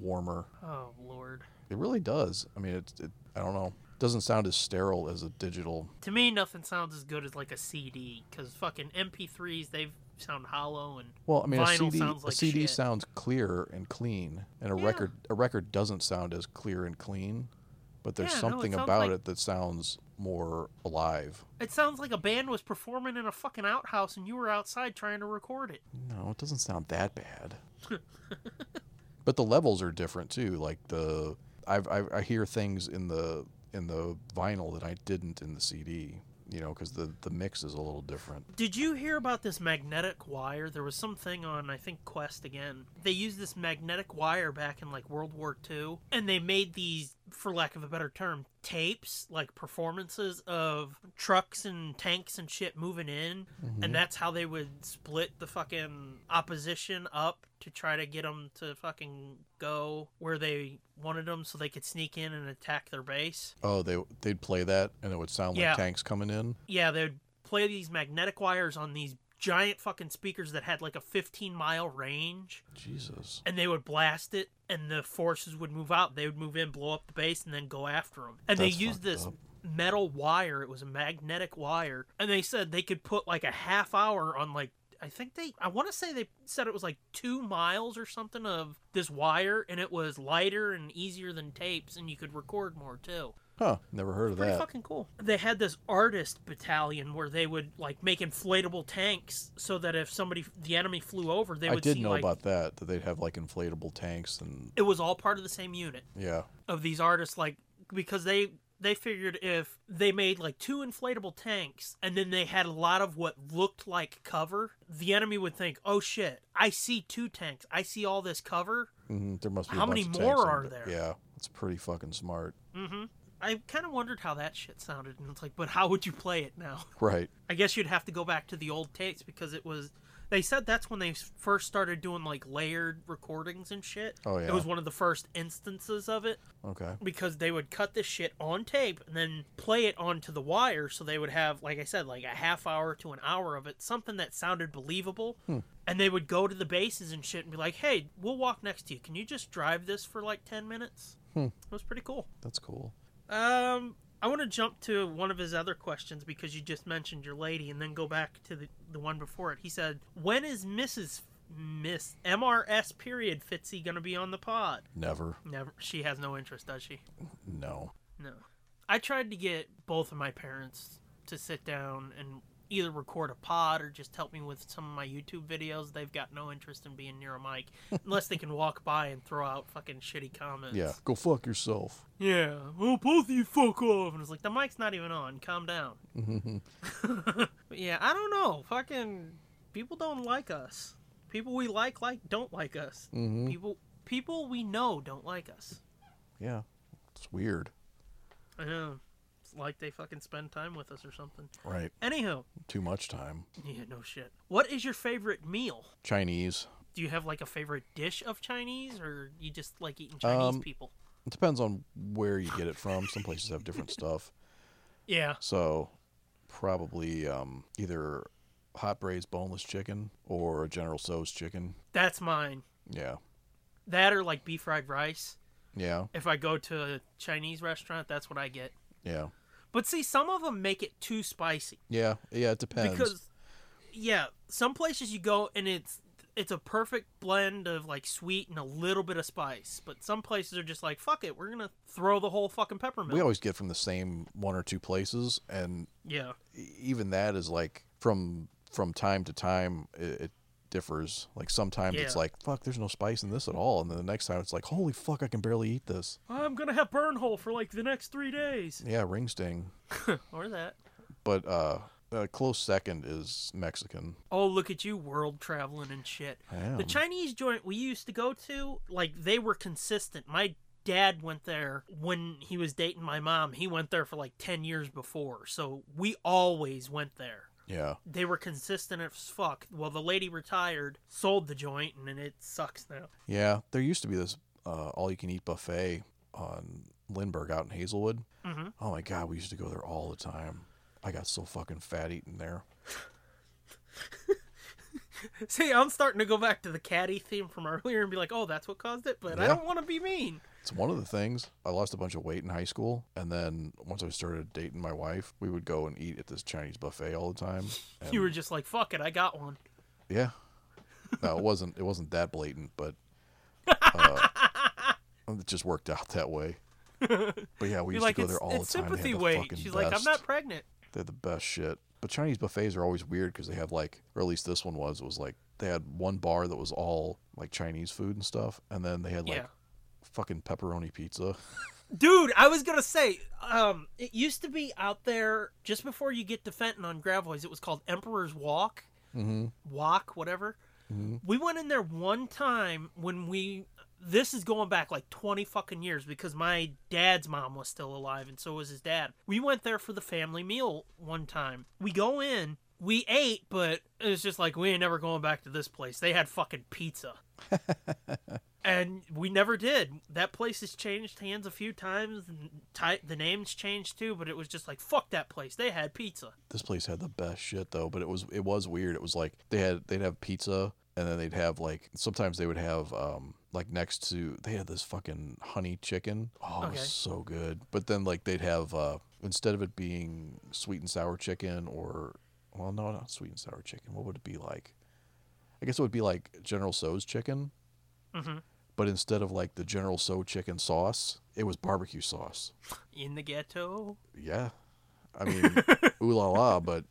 warmer. Oh lord. It really does. I mean, it, it I don't know, doesn't sound as sterile as a digital To me, nothing sounds as good as like a CD, because fucking MP3s they sound hollow and Well, I mean, a Vinyl CD, sounds a like CD shit. sounds clear and clean, and a Yeah. record a record doesn't sound as clear and clean, but there's Yeah, no, it something sounds about like- it that sounds more alive. It sounds like a band was performing in a fucking outhouse and you were outside trying to record it. No, it doesn't sound that bad. but the levels are different too. Like the I've, I I hear things in the in the vinyl that I didn't in the CD. You know, because the the mix is a little different. Did you hear about this magnetic wire? There was something on, I think, Quest again. They used this magnetic wire back in like World War II, and they made these, for lack of a better term, tapes, like performances of trucks and tanks and shit moving in. And that's how they would split the fucking opposition up to try to get them to fucking go where they wanted them so they could sneak in and attack their base. Oh, they they'd play that, and it would sound like Yeah. tanks coming in. Yeah, they would play these magnetic wires on these giant fucking speakers that had like a 15 mile range, Jesus. and they would blast it, and the forces would move out. They would move in, blow up the base, and then go after them. And That's they used fucked this up. metal wire, it was a magnetic wire, and they said they could put like a half hour on like. I think they, I want to say they said it was like two miles or something of this wire, and it was lighter and easier than tapes, and you could record more too Huh? Never heard of pretty that. fucking cool. They had this artist battalion where they would like make inflatable tanks so that if somebody the enemy flew over, they I would did see know like about that that they'd have like inflatable tanks and it was all part of the same unit yeah. of these artists like because they they figured if they made like two inflatable tanks and then they had a lot of what looked like cover, the enemy would think, "Oh shit, I see two tanks. I see all this cover." hmm There must be a How bunch many of more tanks in are the- there? Yeah, it's pretty fucking smart, Mhm. I kind of wondered how that shit sounded and it's like, "But how would you play it now?" right? I guess you'd have to go back to the old tapes because it was They said that's when they s- first started doing like layered recordings and shit. Oh, yeah. It was one of the first instances of it Okay. because they would cut this shit on tape and then play it onto the wire so they would have like i said like a half hour to an hour of it something that sounded believable Hmm. and they would go to the bases and shit and be like hey we'll walk next to you can you just drive this for like 10 minutes Hmm. it was pretty cool That's cool. um i want to jump to one of his other questions because you just mentioned your lady and then go back to the, the one before it he said when is mrs miss mrs period fitzy gonna be on the pod Never. never she has no interest does she No. no. I tried to get both of my parents to sit down and either record a pod or just help me with some of my YouTube videos. They've got no interest in being near a mic unless they can walk by and throw out fucking shitty comments. Yeah. Go fuck yourself. Yeah. Well, both of you fuck off. And it's like, the mic's not even on. Calm down. but yeah, I don't know. Fucking people don't like us. People we like like don't like us. People people we know don't like us. Yeah. It's weird. I know. It's like they fucking spend time with us or something. Right. Anywho, Too much time. yeah, no shit. What is your favorite meal? Chinese. Do you have like a favorite dish of Chinese, or you just like eating Chinese Um, people? It depends on where you get it from. Some places have different stuff. Yeah, So probably um, either hot braised boneless chicken or General So's chicken. that's mine. Yeah. That or like beef fried rice. Yeah. If I go to a Chinese restaurant, that's what I get. Yeah. But see, some of them make it too spicy Yeah. Yeah. It depends. because, yeah, some places you go and it's it's a perfect blend of like sweet and a little bit of spice. But some places are just like, fuck it, we're gonna throw the whole fucking peppermint. we always get from the same one or two places and e, yeah, even that is like from from time to time it, it differs like sometimes it's Yeah. like fuck there's no spice in this at all and then the next time it's like holy fuck i can barely eat this I'm gonna have burn hole for like the next three days. yeah ring sting Or that. but uh a close second is mexican Oh, look at you, world traveling and shit. I am. The Chinese joint we used to go to, like, they were consistent. My dad went there when he was dating my mom. He went there for like 10 years before. So we always went there. yeah They were consistent as fuck. Well, the lady retired, sold the joint, and then it sucks now. yeah there used to be this uh all you can eat buffet on lindbergh out in hazelwood mm-hmm. oh my god we used to go there all the time i got so fucking fat eating there See, I'm starting to go back to the caddy theme from earlier and be like, oh, that's what caused it, but I Yeah. don't want to be mean. It's one of the things. I lost a bunch of weight in high school, and then once I started dating my wife, we would go and eat at this Chinese buffet all the time. And- You were just like, fuck it, I got one. yeah. No, it wasn't. It wasn't that blatant, but uh, it just worked out that way. But yeah, You're we used like, to go it's, there all it's the time. They had sympathy the weight. fucking She's like, I'm best. not pregnant. They're the best shit. But Chinese buffets are always weird because they have like, or at least this one was, it was like they had one bar that was all like Chinese food and stuff, and then they had like Yeah. fucking pepperoni pizza. Dude, I was gonna say, um, it used to be out there just before you get to Fenton on Gravois. It was called Emperor's Walk, mm-hmm. Walk, whatever. We went in there one time when we. This is going back like twenty fucking years because my dad's mom was still alive, and so was his dad. We went there for the family meal one time. We go in, we ate, but it was just like we ain't never going back to this place. They had fucking pizza and we never did. That place has changed hands a few times. and Ty- the names changed too, but it was just like fuck that place. They had pizza. this place had the best shit though but it was it was weird it was like they had they'd have pizza and then they'd have like sometimes they would have um like next to they had this fucking honey chicken oh it Okay. was so good but then like they'd have uh instead of it being sweet and sour chicken or well no not sweet and sour chicken what would it be like i guess it would be like general so's chicken Mhm. but instead of like the general so chicken sauce it was barbecue sauce In the ghetto. yeah i mean ooh la la but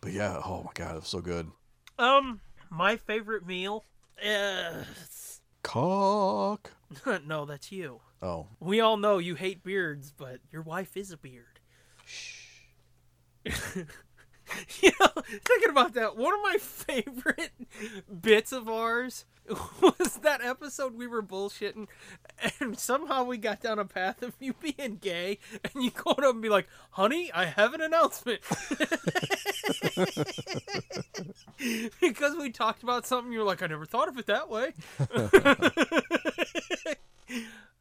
But yeah, oh my god, it was so good. Um, my favorite meal. Uh, Cock. no, that's you. Oh, We all know you hate beards, but your wife is a beard. Shh. you know, thinking about that, one of my favorite bits of ours was that episode we were bullshitting, and somehow we got down a path of you being gay, and you go up and be like, "Honey, I have an announcement," because we talked about something. You're like, "I never thought of it that way."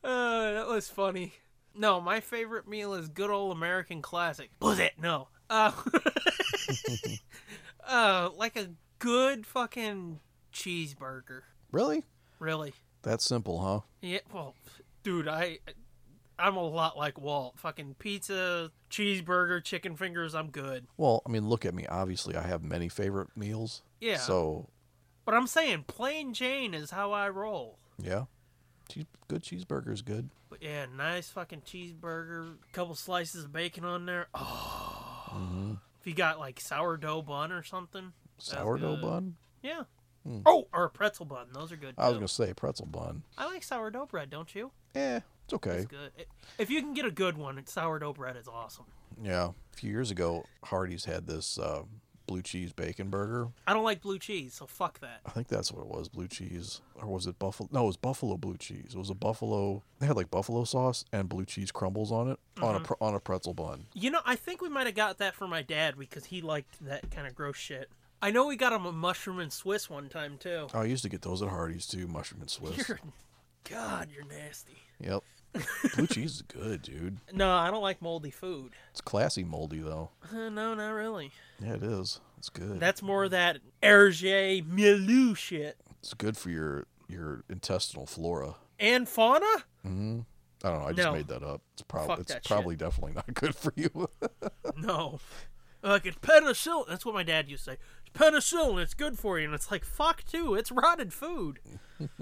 uh, that was funny. No, my favorite meal is good old American classic. Was it? No. Uh, uh, like a good fucking cheeseburger. Really? Really? That simple, huh? Yeah. Well, dude, I, I'm a lot like Walt. Fucking pizza, cheeseburger, chicken fingers. I'm good. Well, I mean, look at me. Obviously, I have many favorite meals. Yeah. So, But I'm saying plain Jane is how I roll. yeah. Cheese, good cheeseburger is good. But yeah, nice fucking cheeseburger, couple slices of bacon on there. Oh. Mm-hmm. If you got like sourdough bun or something. that's Sourdough good. bun? Yeah. Oh, or a pretzel bun. Those are good. Hmm. I was too. going to say pretzel bun. I like sourdough bread, don't you? Eh, it's okay. It's good. If you can get a good one, sourdough bread is awesome. Yeah. A few years ago, Hardee's had this uh, blue cheese bacon burger. I don't like blue cheese, so fuck that. I think that's what it was, blue cheese. Or was it buffalo? No, it was buffalo blue cheese. It was a buffalo. They had like buffalo sauce and blue cheese crumbles on it on Uh-huh. a pr- on a pretzel bun. You know, I think we might have got that for my dad because he liked that kind of gross shit. I know we got him a mushroom and Swiss one time too. Oh, I used to get those at Hardee's too, mushroom and Swiss. You're, God, you're nasty. Yep. Blue cheese is good, dude. No, I don't like moldy food. It's classy moldy though. Uh, no, not really. Yeah, it is. It's good. That's more of that Hergé Milou shit. it's good for your your intestinal flora. And fauna? I don't know. I just No. made that up. It's Fuck probably it's that shit. probably definitely not good for you. No. Like it's penicillin. That's what my dad used to say. It's penicillin. It's good for you. And it's like fuck too. It's rotted food.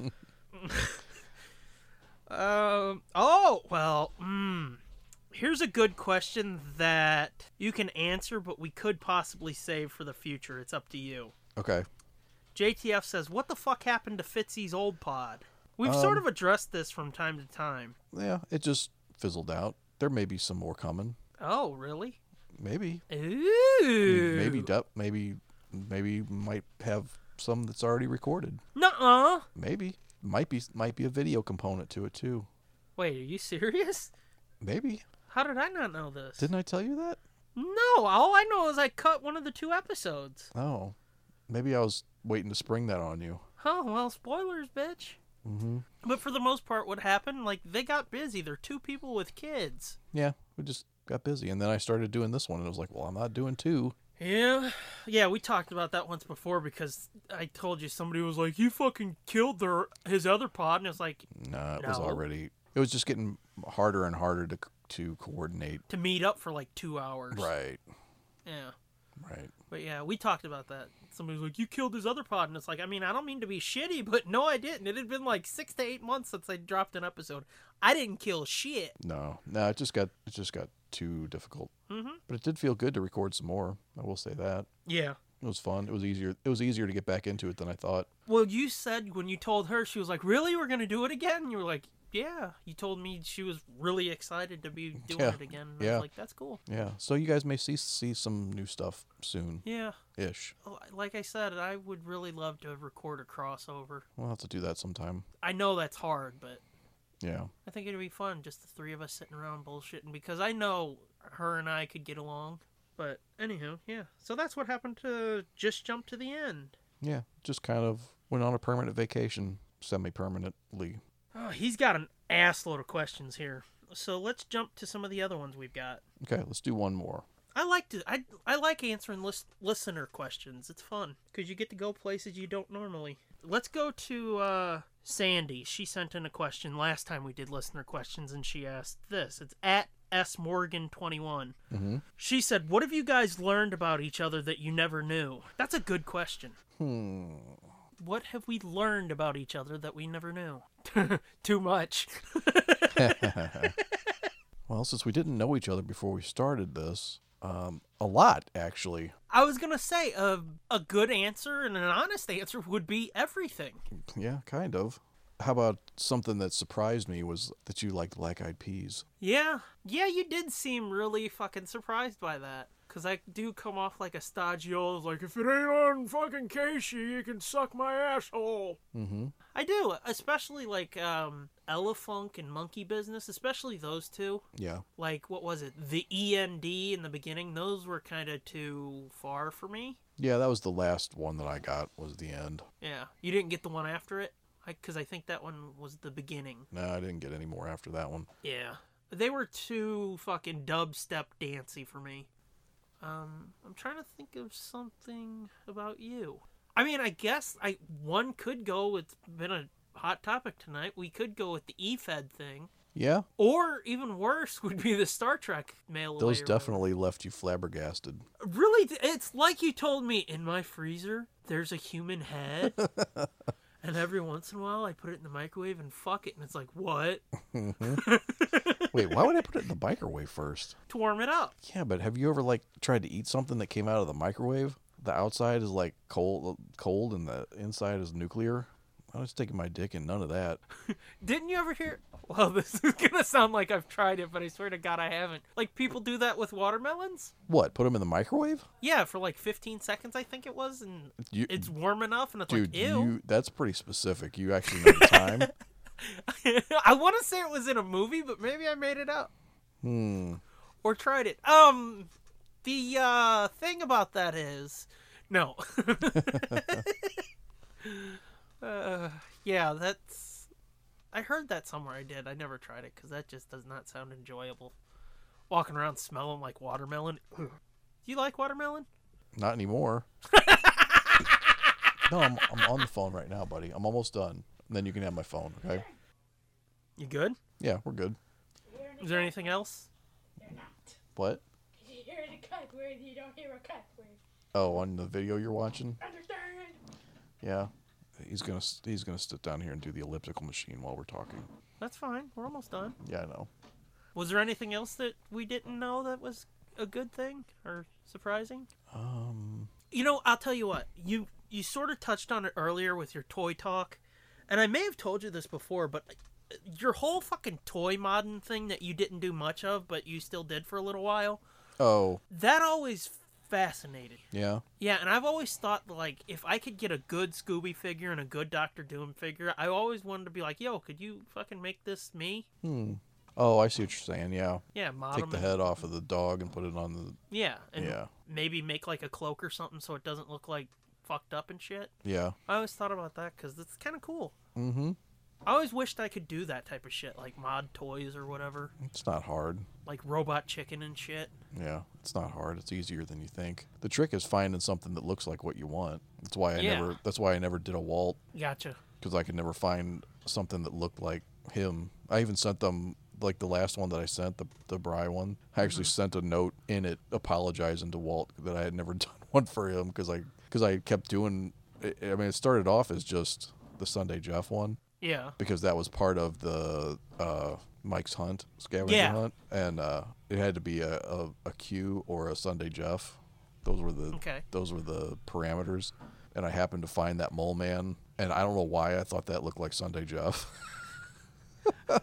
um. Oh well. Mm, here's a good question that you can answer, but we could possibly save for the future. It's up to you. okay. JTF says, "What the fuck happened to Fitzy's old pod?" We've sort of addressed this from time to time. Yeah, it just fizzled out. There may be some more coming. Oh, really? Maybe. Ooh. Maybe dup maybe maybe might have some that's already recorded. Nuh-uh. Maybe. Might be might be a video component to it too. Wait, are you serious? Maybe. How did I not know this? Didn't I tell you that? No, all I know is I cut one of the two episodes. Oh. Maybe I was waiting to spring that on you. Oh, well, spoilers, bitch. Mm-hmm. But for the most part, what happened, like, they got busy. They're two people with kids. Yeah, we just got busy and then I started doing this one and I was like, Well, I'm not doing two. Yeah. Yeah, we talked about that once before because I told you somebody was like, you fucking killed their his other pod. And it's like, Nah, it was No. already it was just getting harder and harder to to coordinate. to meet up for like two hours. Right. Yeah. Right. But yeah, we talked about that. Somebody was like, "You killed his other pod," and it's like, I mean, I don't mean to be shitty, but no, I didn't. It had been like six to eight months since I dropped an episode. I didn't kill shit. No. No, it just got it just got too difficult. Mhm. But it did feel good to record some more. I will say that. Yeah. It was fun. It was easier. It was easier to get back into it than I thought. Well, you said when you told her, she was like, "Really, we're gonna do it again?" And you were like, "Yeah." You told me she was really excited to be doing Yeah. it again. And I Yeah. was like, "That's cool." Yeah. So you guys may see see some new stuff soon Yeah. ish. Well, Like I said, I would really love to record a crossover. We'll have to do that sometime. I know that's hard, but Yeah. I think it'd be fun, just the three of us sitting around bullshitting, because I know her and I could get along. But anywho, yeah. So that's what happened to just jump to the end. Yeah. Just kind of went on a permanent vacation, semi permanently. Oh, he's got an assload of questions here. So let's jump to some of the other ones we've got. Okay. Let's do one more. I like to I I like answering list, listener questions. It's fun because you get to go places you don't normally. Let's go to uh, Sandy. She sent in a question last time we did listener questions, and she asked this. It's at s morgan twenty one. Mhm. She said, "What have you guys learned about each other that you never knew?" That's a good question. Hmm. What have we learned about each other that we never knew? Too much. Well, since we didn't know each other before we started this, um, a lot actually. I was gonna say a a good answer and an honest answer would be everything. Yeah, kind of. How about something that surprised me was that you liked black eyed peas. Yeah. Yeah, you did seem really fucking surprised by that. Because I do come off like a stodgy like, if it ain't on fucking Casey, you can suck my asshole. Mm-hmm. I do, especially like um, Elefunk and Monkey Business, especially those two. Yeah. Like, what was it? The END in the beginning, those were kind of too far for me. Yeah, that was the last one that I got was the end. Yeah. You didn't get the one after it? Because I, think that one was the beginning. No, I didn't get any more after that one. Yeah. They were too fucking dubstep dancy for me. Um, I'm trying to think of something about you. I mean, I guess I one could go. It's been a hot topic tonight. We could go with the EFED thing, Yeah, or even worse would be the Star Trek mail. those away or definitely left you flabbergasted. whatever. really. d- It's like you told me in my freezer there's a human head, and every once in a while I put it in the microwave and fuck it, and it's like what Wait, why would I put it in the microwave first? to warm it up. Yeah, but have you ever like tried to eat something that came out of the microwave? The outside is like cold, cold, and the inside is nuclear. I was taking my dick and none of that. Didn't you ever hear? Well, this is gonna sound like I've tried it, but I swear to God I haven't. Like people do that with watermelons. What? Put them in the microwave? Yeah, for like 15 seconds, I think it was, and You, it's warm enough, and it's dude, like, ew. you that's pretty specific. You actually know the time. I want to say it was in a movie, but maybe I made it up Hmm. or tried it. Um, the uh, thing about that is, no. uh, yeah, that's. I heard that somewhere. I did. I never tried it because that just does not sound enjoyable. Walking around smelling like watermelon. Do you like watermelon? Not anymore. no, I'm, I'm on the phone right now, buddy. I'm almost done. And then you can have my phone, okay? You good? Yeah, we're good. Is there anything else? What? You hear a cuss word, you don't hear a cuss word. Oh, on the video you're watching? Understand? Yeah. He's gonna s- he's gonna sit down here and do the elliptical machine while we're talking. That's fine. We're almost done. Yeah, I know. Was there anything else that we didn't know that was a good thing or surprising? Um, You know, I'll tell you what. You you sort of touched on it earlier with your toy talk, and I may have told you this before, but uh, your whole fucking toy modding thing that you didn't do much of, but you still did for a little while. oh That always fascinated. yeah, Yeah, and I've always thought like if I could get a good Scooby figure and a good Doctor Doom figure, I always wanted to be like, "Yo, could you fucking make this me?" hmm. Oh, I see what you're saying. Yeah, Yeah, mod take 'em the and- head off of the dog and put it on the Yeah, and Yeah. maybe make like a cloak or something so it doesn't look like fucked up and shit. yeah. I always thought about that because it's kind of cool. Mm-hmm. I always wished I could do that type of shit, like mod toys or whatever, It's not hard. like robot chicken and shit. Yeah, it's not hard. It's easier than you think. The trick is finding something that looks like what you want. That's why I Yeah. never. That's why I never did a Walt Gotcha. because I could never find something that looked like him. I even sent them like the last one that I sent, the the Bry one. I actually sent a note in it apologizing to Walt that I had never done one for him because I because I kept doing. I I mean, it started off as just the Sunday Jeff one Yeah. because that was part of the uh, Mike's Hunt scavenger Yeah. hunt, and uh, it had to be a, a, a Q or a Sunday Jeff. Those were the Okay. those were the parameters, and I happened to find that mole man, and I don't know why I thought that looked like Sunday Jeff.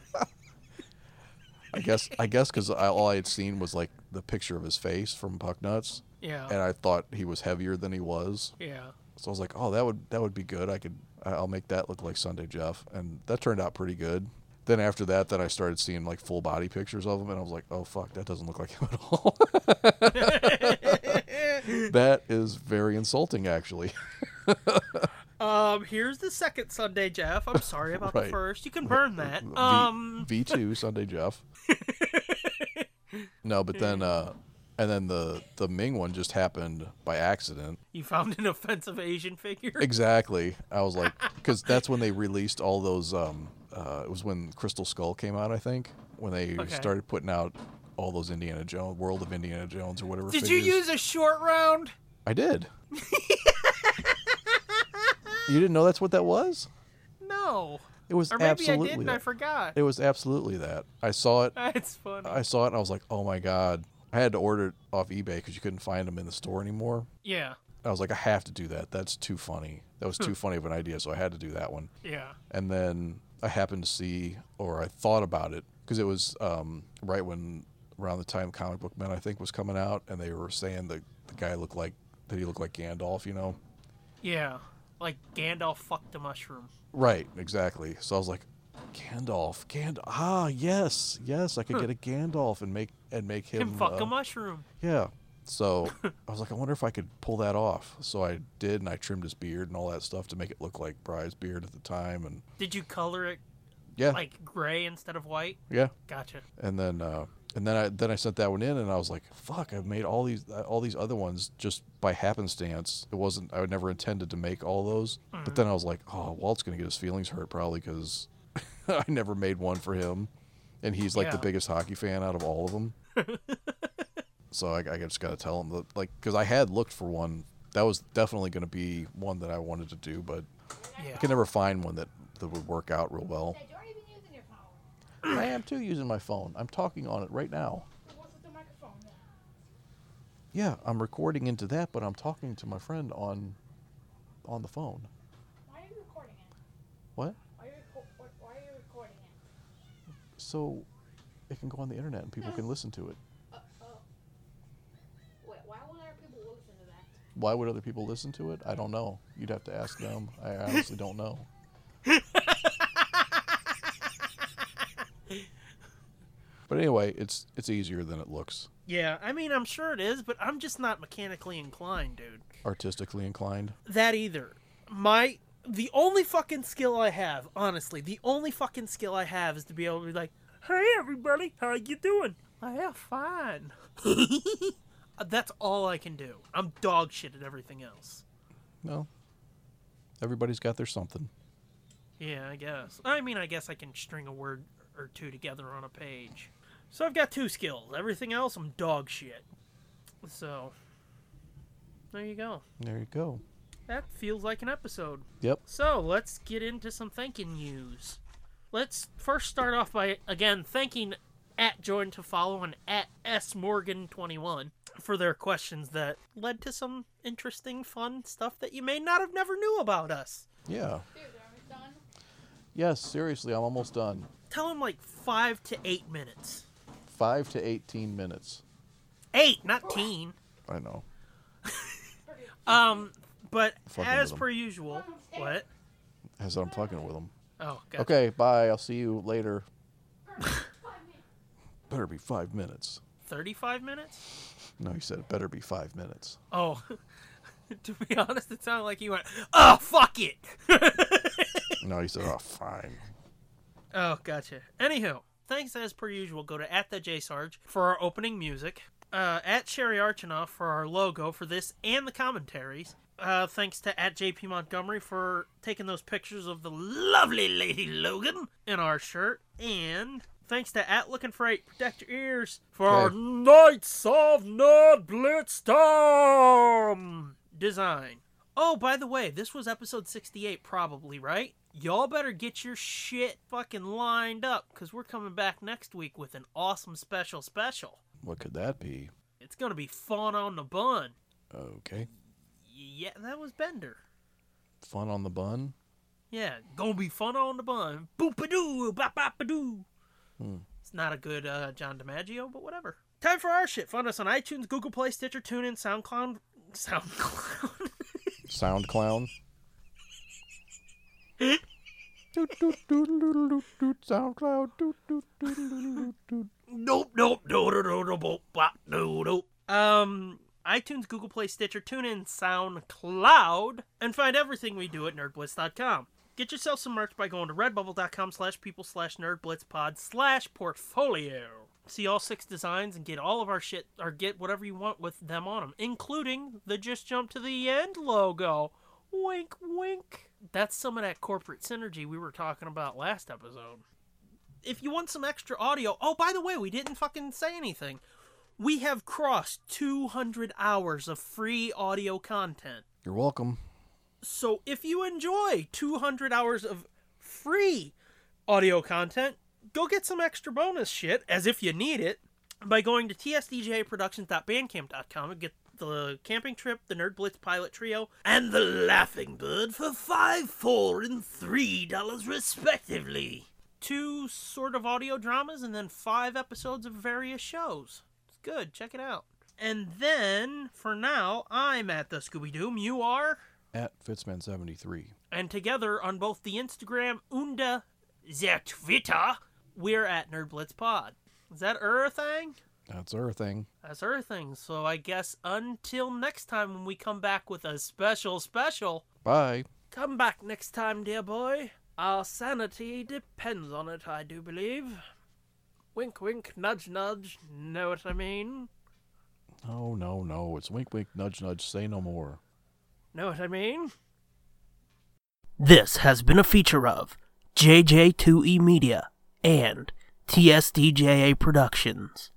I guess I guess because all I had seen was like the picture of his face from Pucknuts, Yeah. and I thought he was heavier than he was. yeah. So I was like, oh, that would that would be good. I could I- I'll make that look like Sunday Jeff, and that turned out pretty good. Then after that, then I started seeing like full body pictures of him, and I was like, oh fuck, that doesn't look like him at all. that is very insulting, actually. Um, here's the second Sunday, Jeff. I'm sorry about the Right. first. You can burn that. V- Um, V two Sunday Jeff. no, but then uh, and then the the Ming one just happened by accident. you found an offensive Asian figure. Exactly. I was like, because that's when they released all those. Um, uh, it was when Crystal Skull came out, I think, when they Okay. started putting out all those Indiana Jones, World of Indiana Jones, or whatever. Did you figures. use a short round? I did. you didn't know that's what that was? No. It was Or maybe absolutely. I did and that. I forgot. It was absolutely that. I saw it. That's funny. I saw it, and I was like, oh my god. I had to order it off eBay because you couldn't find them in the store anymore. yeah. I was like, I have to do that. That's too funny. That Hmm. was too funny of an idea, so I had to do that one. Yeah. and then I happened to see, or I thought about it, because it was um, right when around the time Comic Book Men I think was coming out, and they were saying the the guy looked like that he looked like Gandalf, you know? Yeah, like Gandalf fucked a mushroom. Right, exactly. So I was like, Gandalf, Gand, ah, yes, yes, I could get a Gandalf and make and make him, Him fuck uh, a mushroom. Yeah. So I was like, I wonder if I could pull that off. So I did, and I trimmed his beard and all that stuff to make it look like Bri's beard at the time, and Did you color it yeah, like gray instead of white? yeah. Gotcha. and then uh, and then I then I sent that one in, and I was like, "Fuck! I've made all these uh, all these other ones just by happenstance. It wasn't I would never intended to make all those, but then I was like, "Oh, Walt's gonna get his feelings hurt probably because I never made one for him, and he's like the Yeah. biggest hockey fan out of all of them." so I, I just gotta tell him that, like, because I had looked for one that was definitely gonna be one that I wanted to do, but Yeah. I could never find one that that would work out real well. Dad, you aren't even using your phone. I am too using my phone. I'm talking on it right now. So what's with the microphone now? Yeah, I'm recording into that, but I'm talking to my friend on on the phone. Why are you recording it? What? Why are you, reco- what- why are you recording it? So it can go on the internet and people can listen to it. Wait, why would our people listen to that? Why would other people listen to it? I don't know. You'd have to ask them. I honestly don't know. But anyway, it's it's easier than it looks. Yeah, I mean, I'm sure it is, but I'm just not mechanically inclined, dude. Artistically inclined. That either. My the only fucking skill I have, honestly, the only fucking skill I have is to be able to be like, "Hey everybody, how you doing?" I am fine. That's all I can do. I'm dog shit at everything else. No. Everybody's got their something. Yeah, I guess. I mean, I guess I can string a word or two together on a page. So I've got two skills. Everything else, I'm dog shit. So there you go. There you go. That feels like an episode. Yep. So let's get into some thanking news. Let's first start off by again thanking at join to follow and at s morgan 21 for their questions that led to some interesting fun stuff that you may not have never knew about us Yeah. Dude, are we done? Yes, seriously, I'm almost done. tell them like five to eight minutes Five to eighteen minutes. eight not teen I know. um but Fucking as rhythm. per usual what As I'm fucking with them. oh god Okay, bye. I'll see you later. better be five minutes. 35 minutes No, you said it better be five minutes. oh to be honest it sounded like you went oh fuck it No, you said, oh, fine. Oh, gotcha. Anywho, thanks as per usual. Go to at the J Sarge for our opening music. Uh, at Sherry Archinoff for our logo for this and the commentaries. Uh, thanks to at JP Montgomery for taking those pictures of the lovely Lady Logan in our shirt. And thanks to at Looking Freight, protect your ears for our Okay. Knights of Nerd Blitzdom design. Oh, by the way, this was episode 68, probably, right? Y'all better get your shit fucking lined up because we're coming back next week with an awesome special special. What could that be? It's going to be fun on the bun. Okay. Yeah, that was Bender. Fun on the bun? Yeah, gonna be fun on the bun. Boop a doo, bop bop a doo. Hmm. It's not a good uh, John DiMaggio, but whatever. Time for our shit. Find us on iTunes, Google Play, Stitcher, TuneIn, SoundCloud. SoundCloud. Sound clown? Sound cloud. Nope, nope, no, no, no, no, no, bop, no, nope. Um, iTunes, Google Play, Stitcher, TuneIn, SoundCloud, and find everything we do at nerdblitz.com. Get yourself some merch by going to redbubble.com slash people slash nerdblitzpod slash portfolio. See all six designs and get all of our shit, or get whatever you want with them on them, including the Just Jump to the End logo. Wink, wink. That's some of that corporate synergy we were talking about last episode if you want some extra audio, oh by the way, we didn't fucking say anything. We have crossed 200 hours of free audio content. You're welcome. So if you enjoy 200 hours of free audio content, go get some extra bonus shit as if you need it by going to tsdjproductions.bandcamp.com and get the camping trip, the Nerd Blitz pilot trio, and the Laughing Bird for five, four, and three dollars respectively. two sort of audio dramas and then five episodes of various shows. It's good. Check it out. And then for now, I'm at the Scooby Doom. You are, At Fitzman73. and together on both the Instagram und the Twitter, we're at Nerd Blitz Pod. Is that her thing? That's our thing. That's her thing. So I guess until next time when we come back with a special special. Bye. Come back next time, dear boy. Our sanity depends on it, I do believe. Wink, wink, nudge, nudge. Know what I mean? No, no, no. It's wink, wink, nudge, nudge. Say no more. Know what I mean? This has been a feature of E JJ2E Media and TSDJA Productions.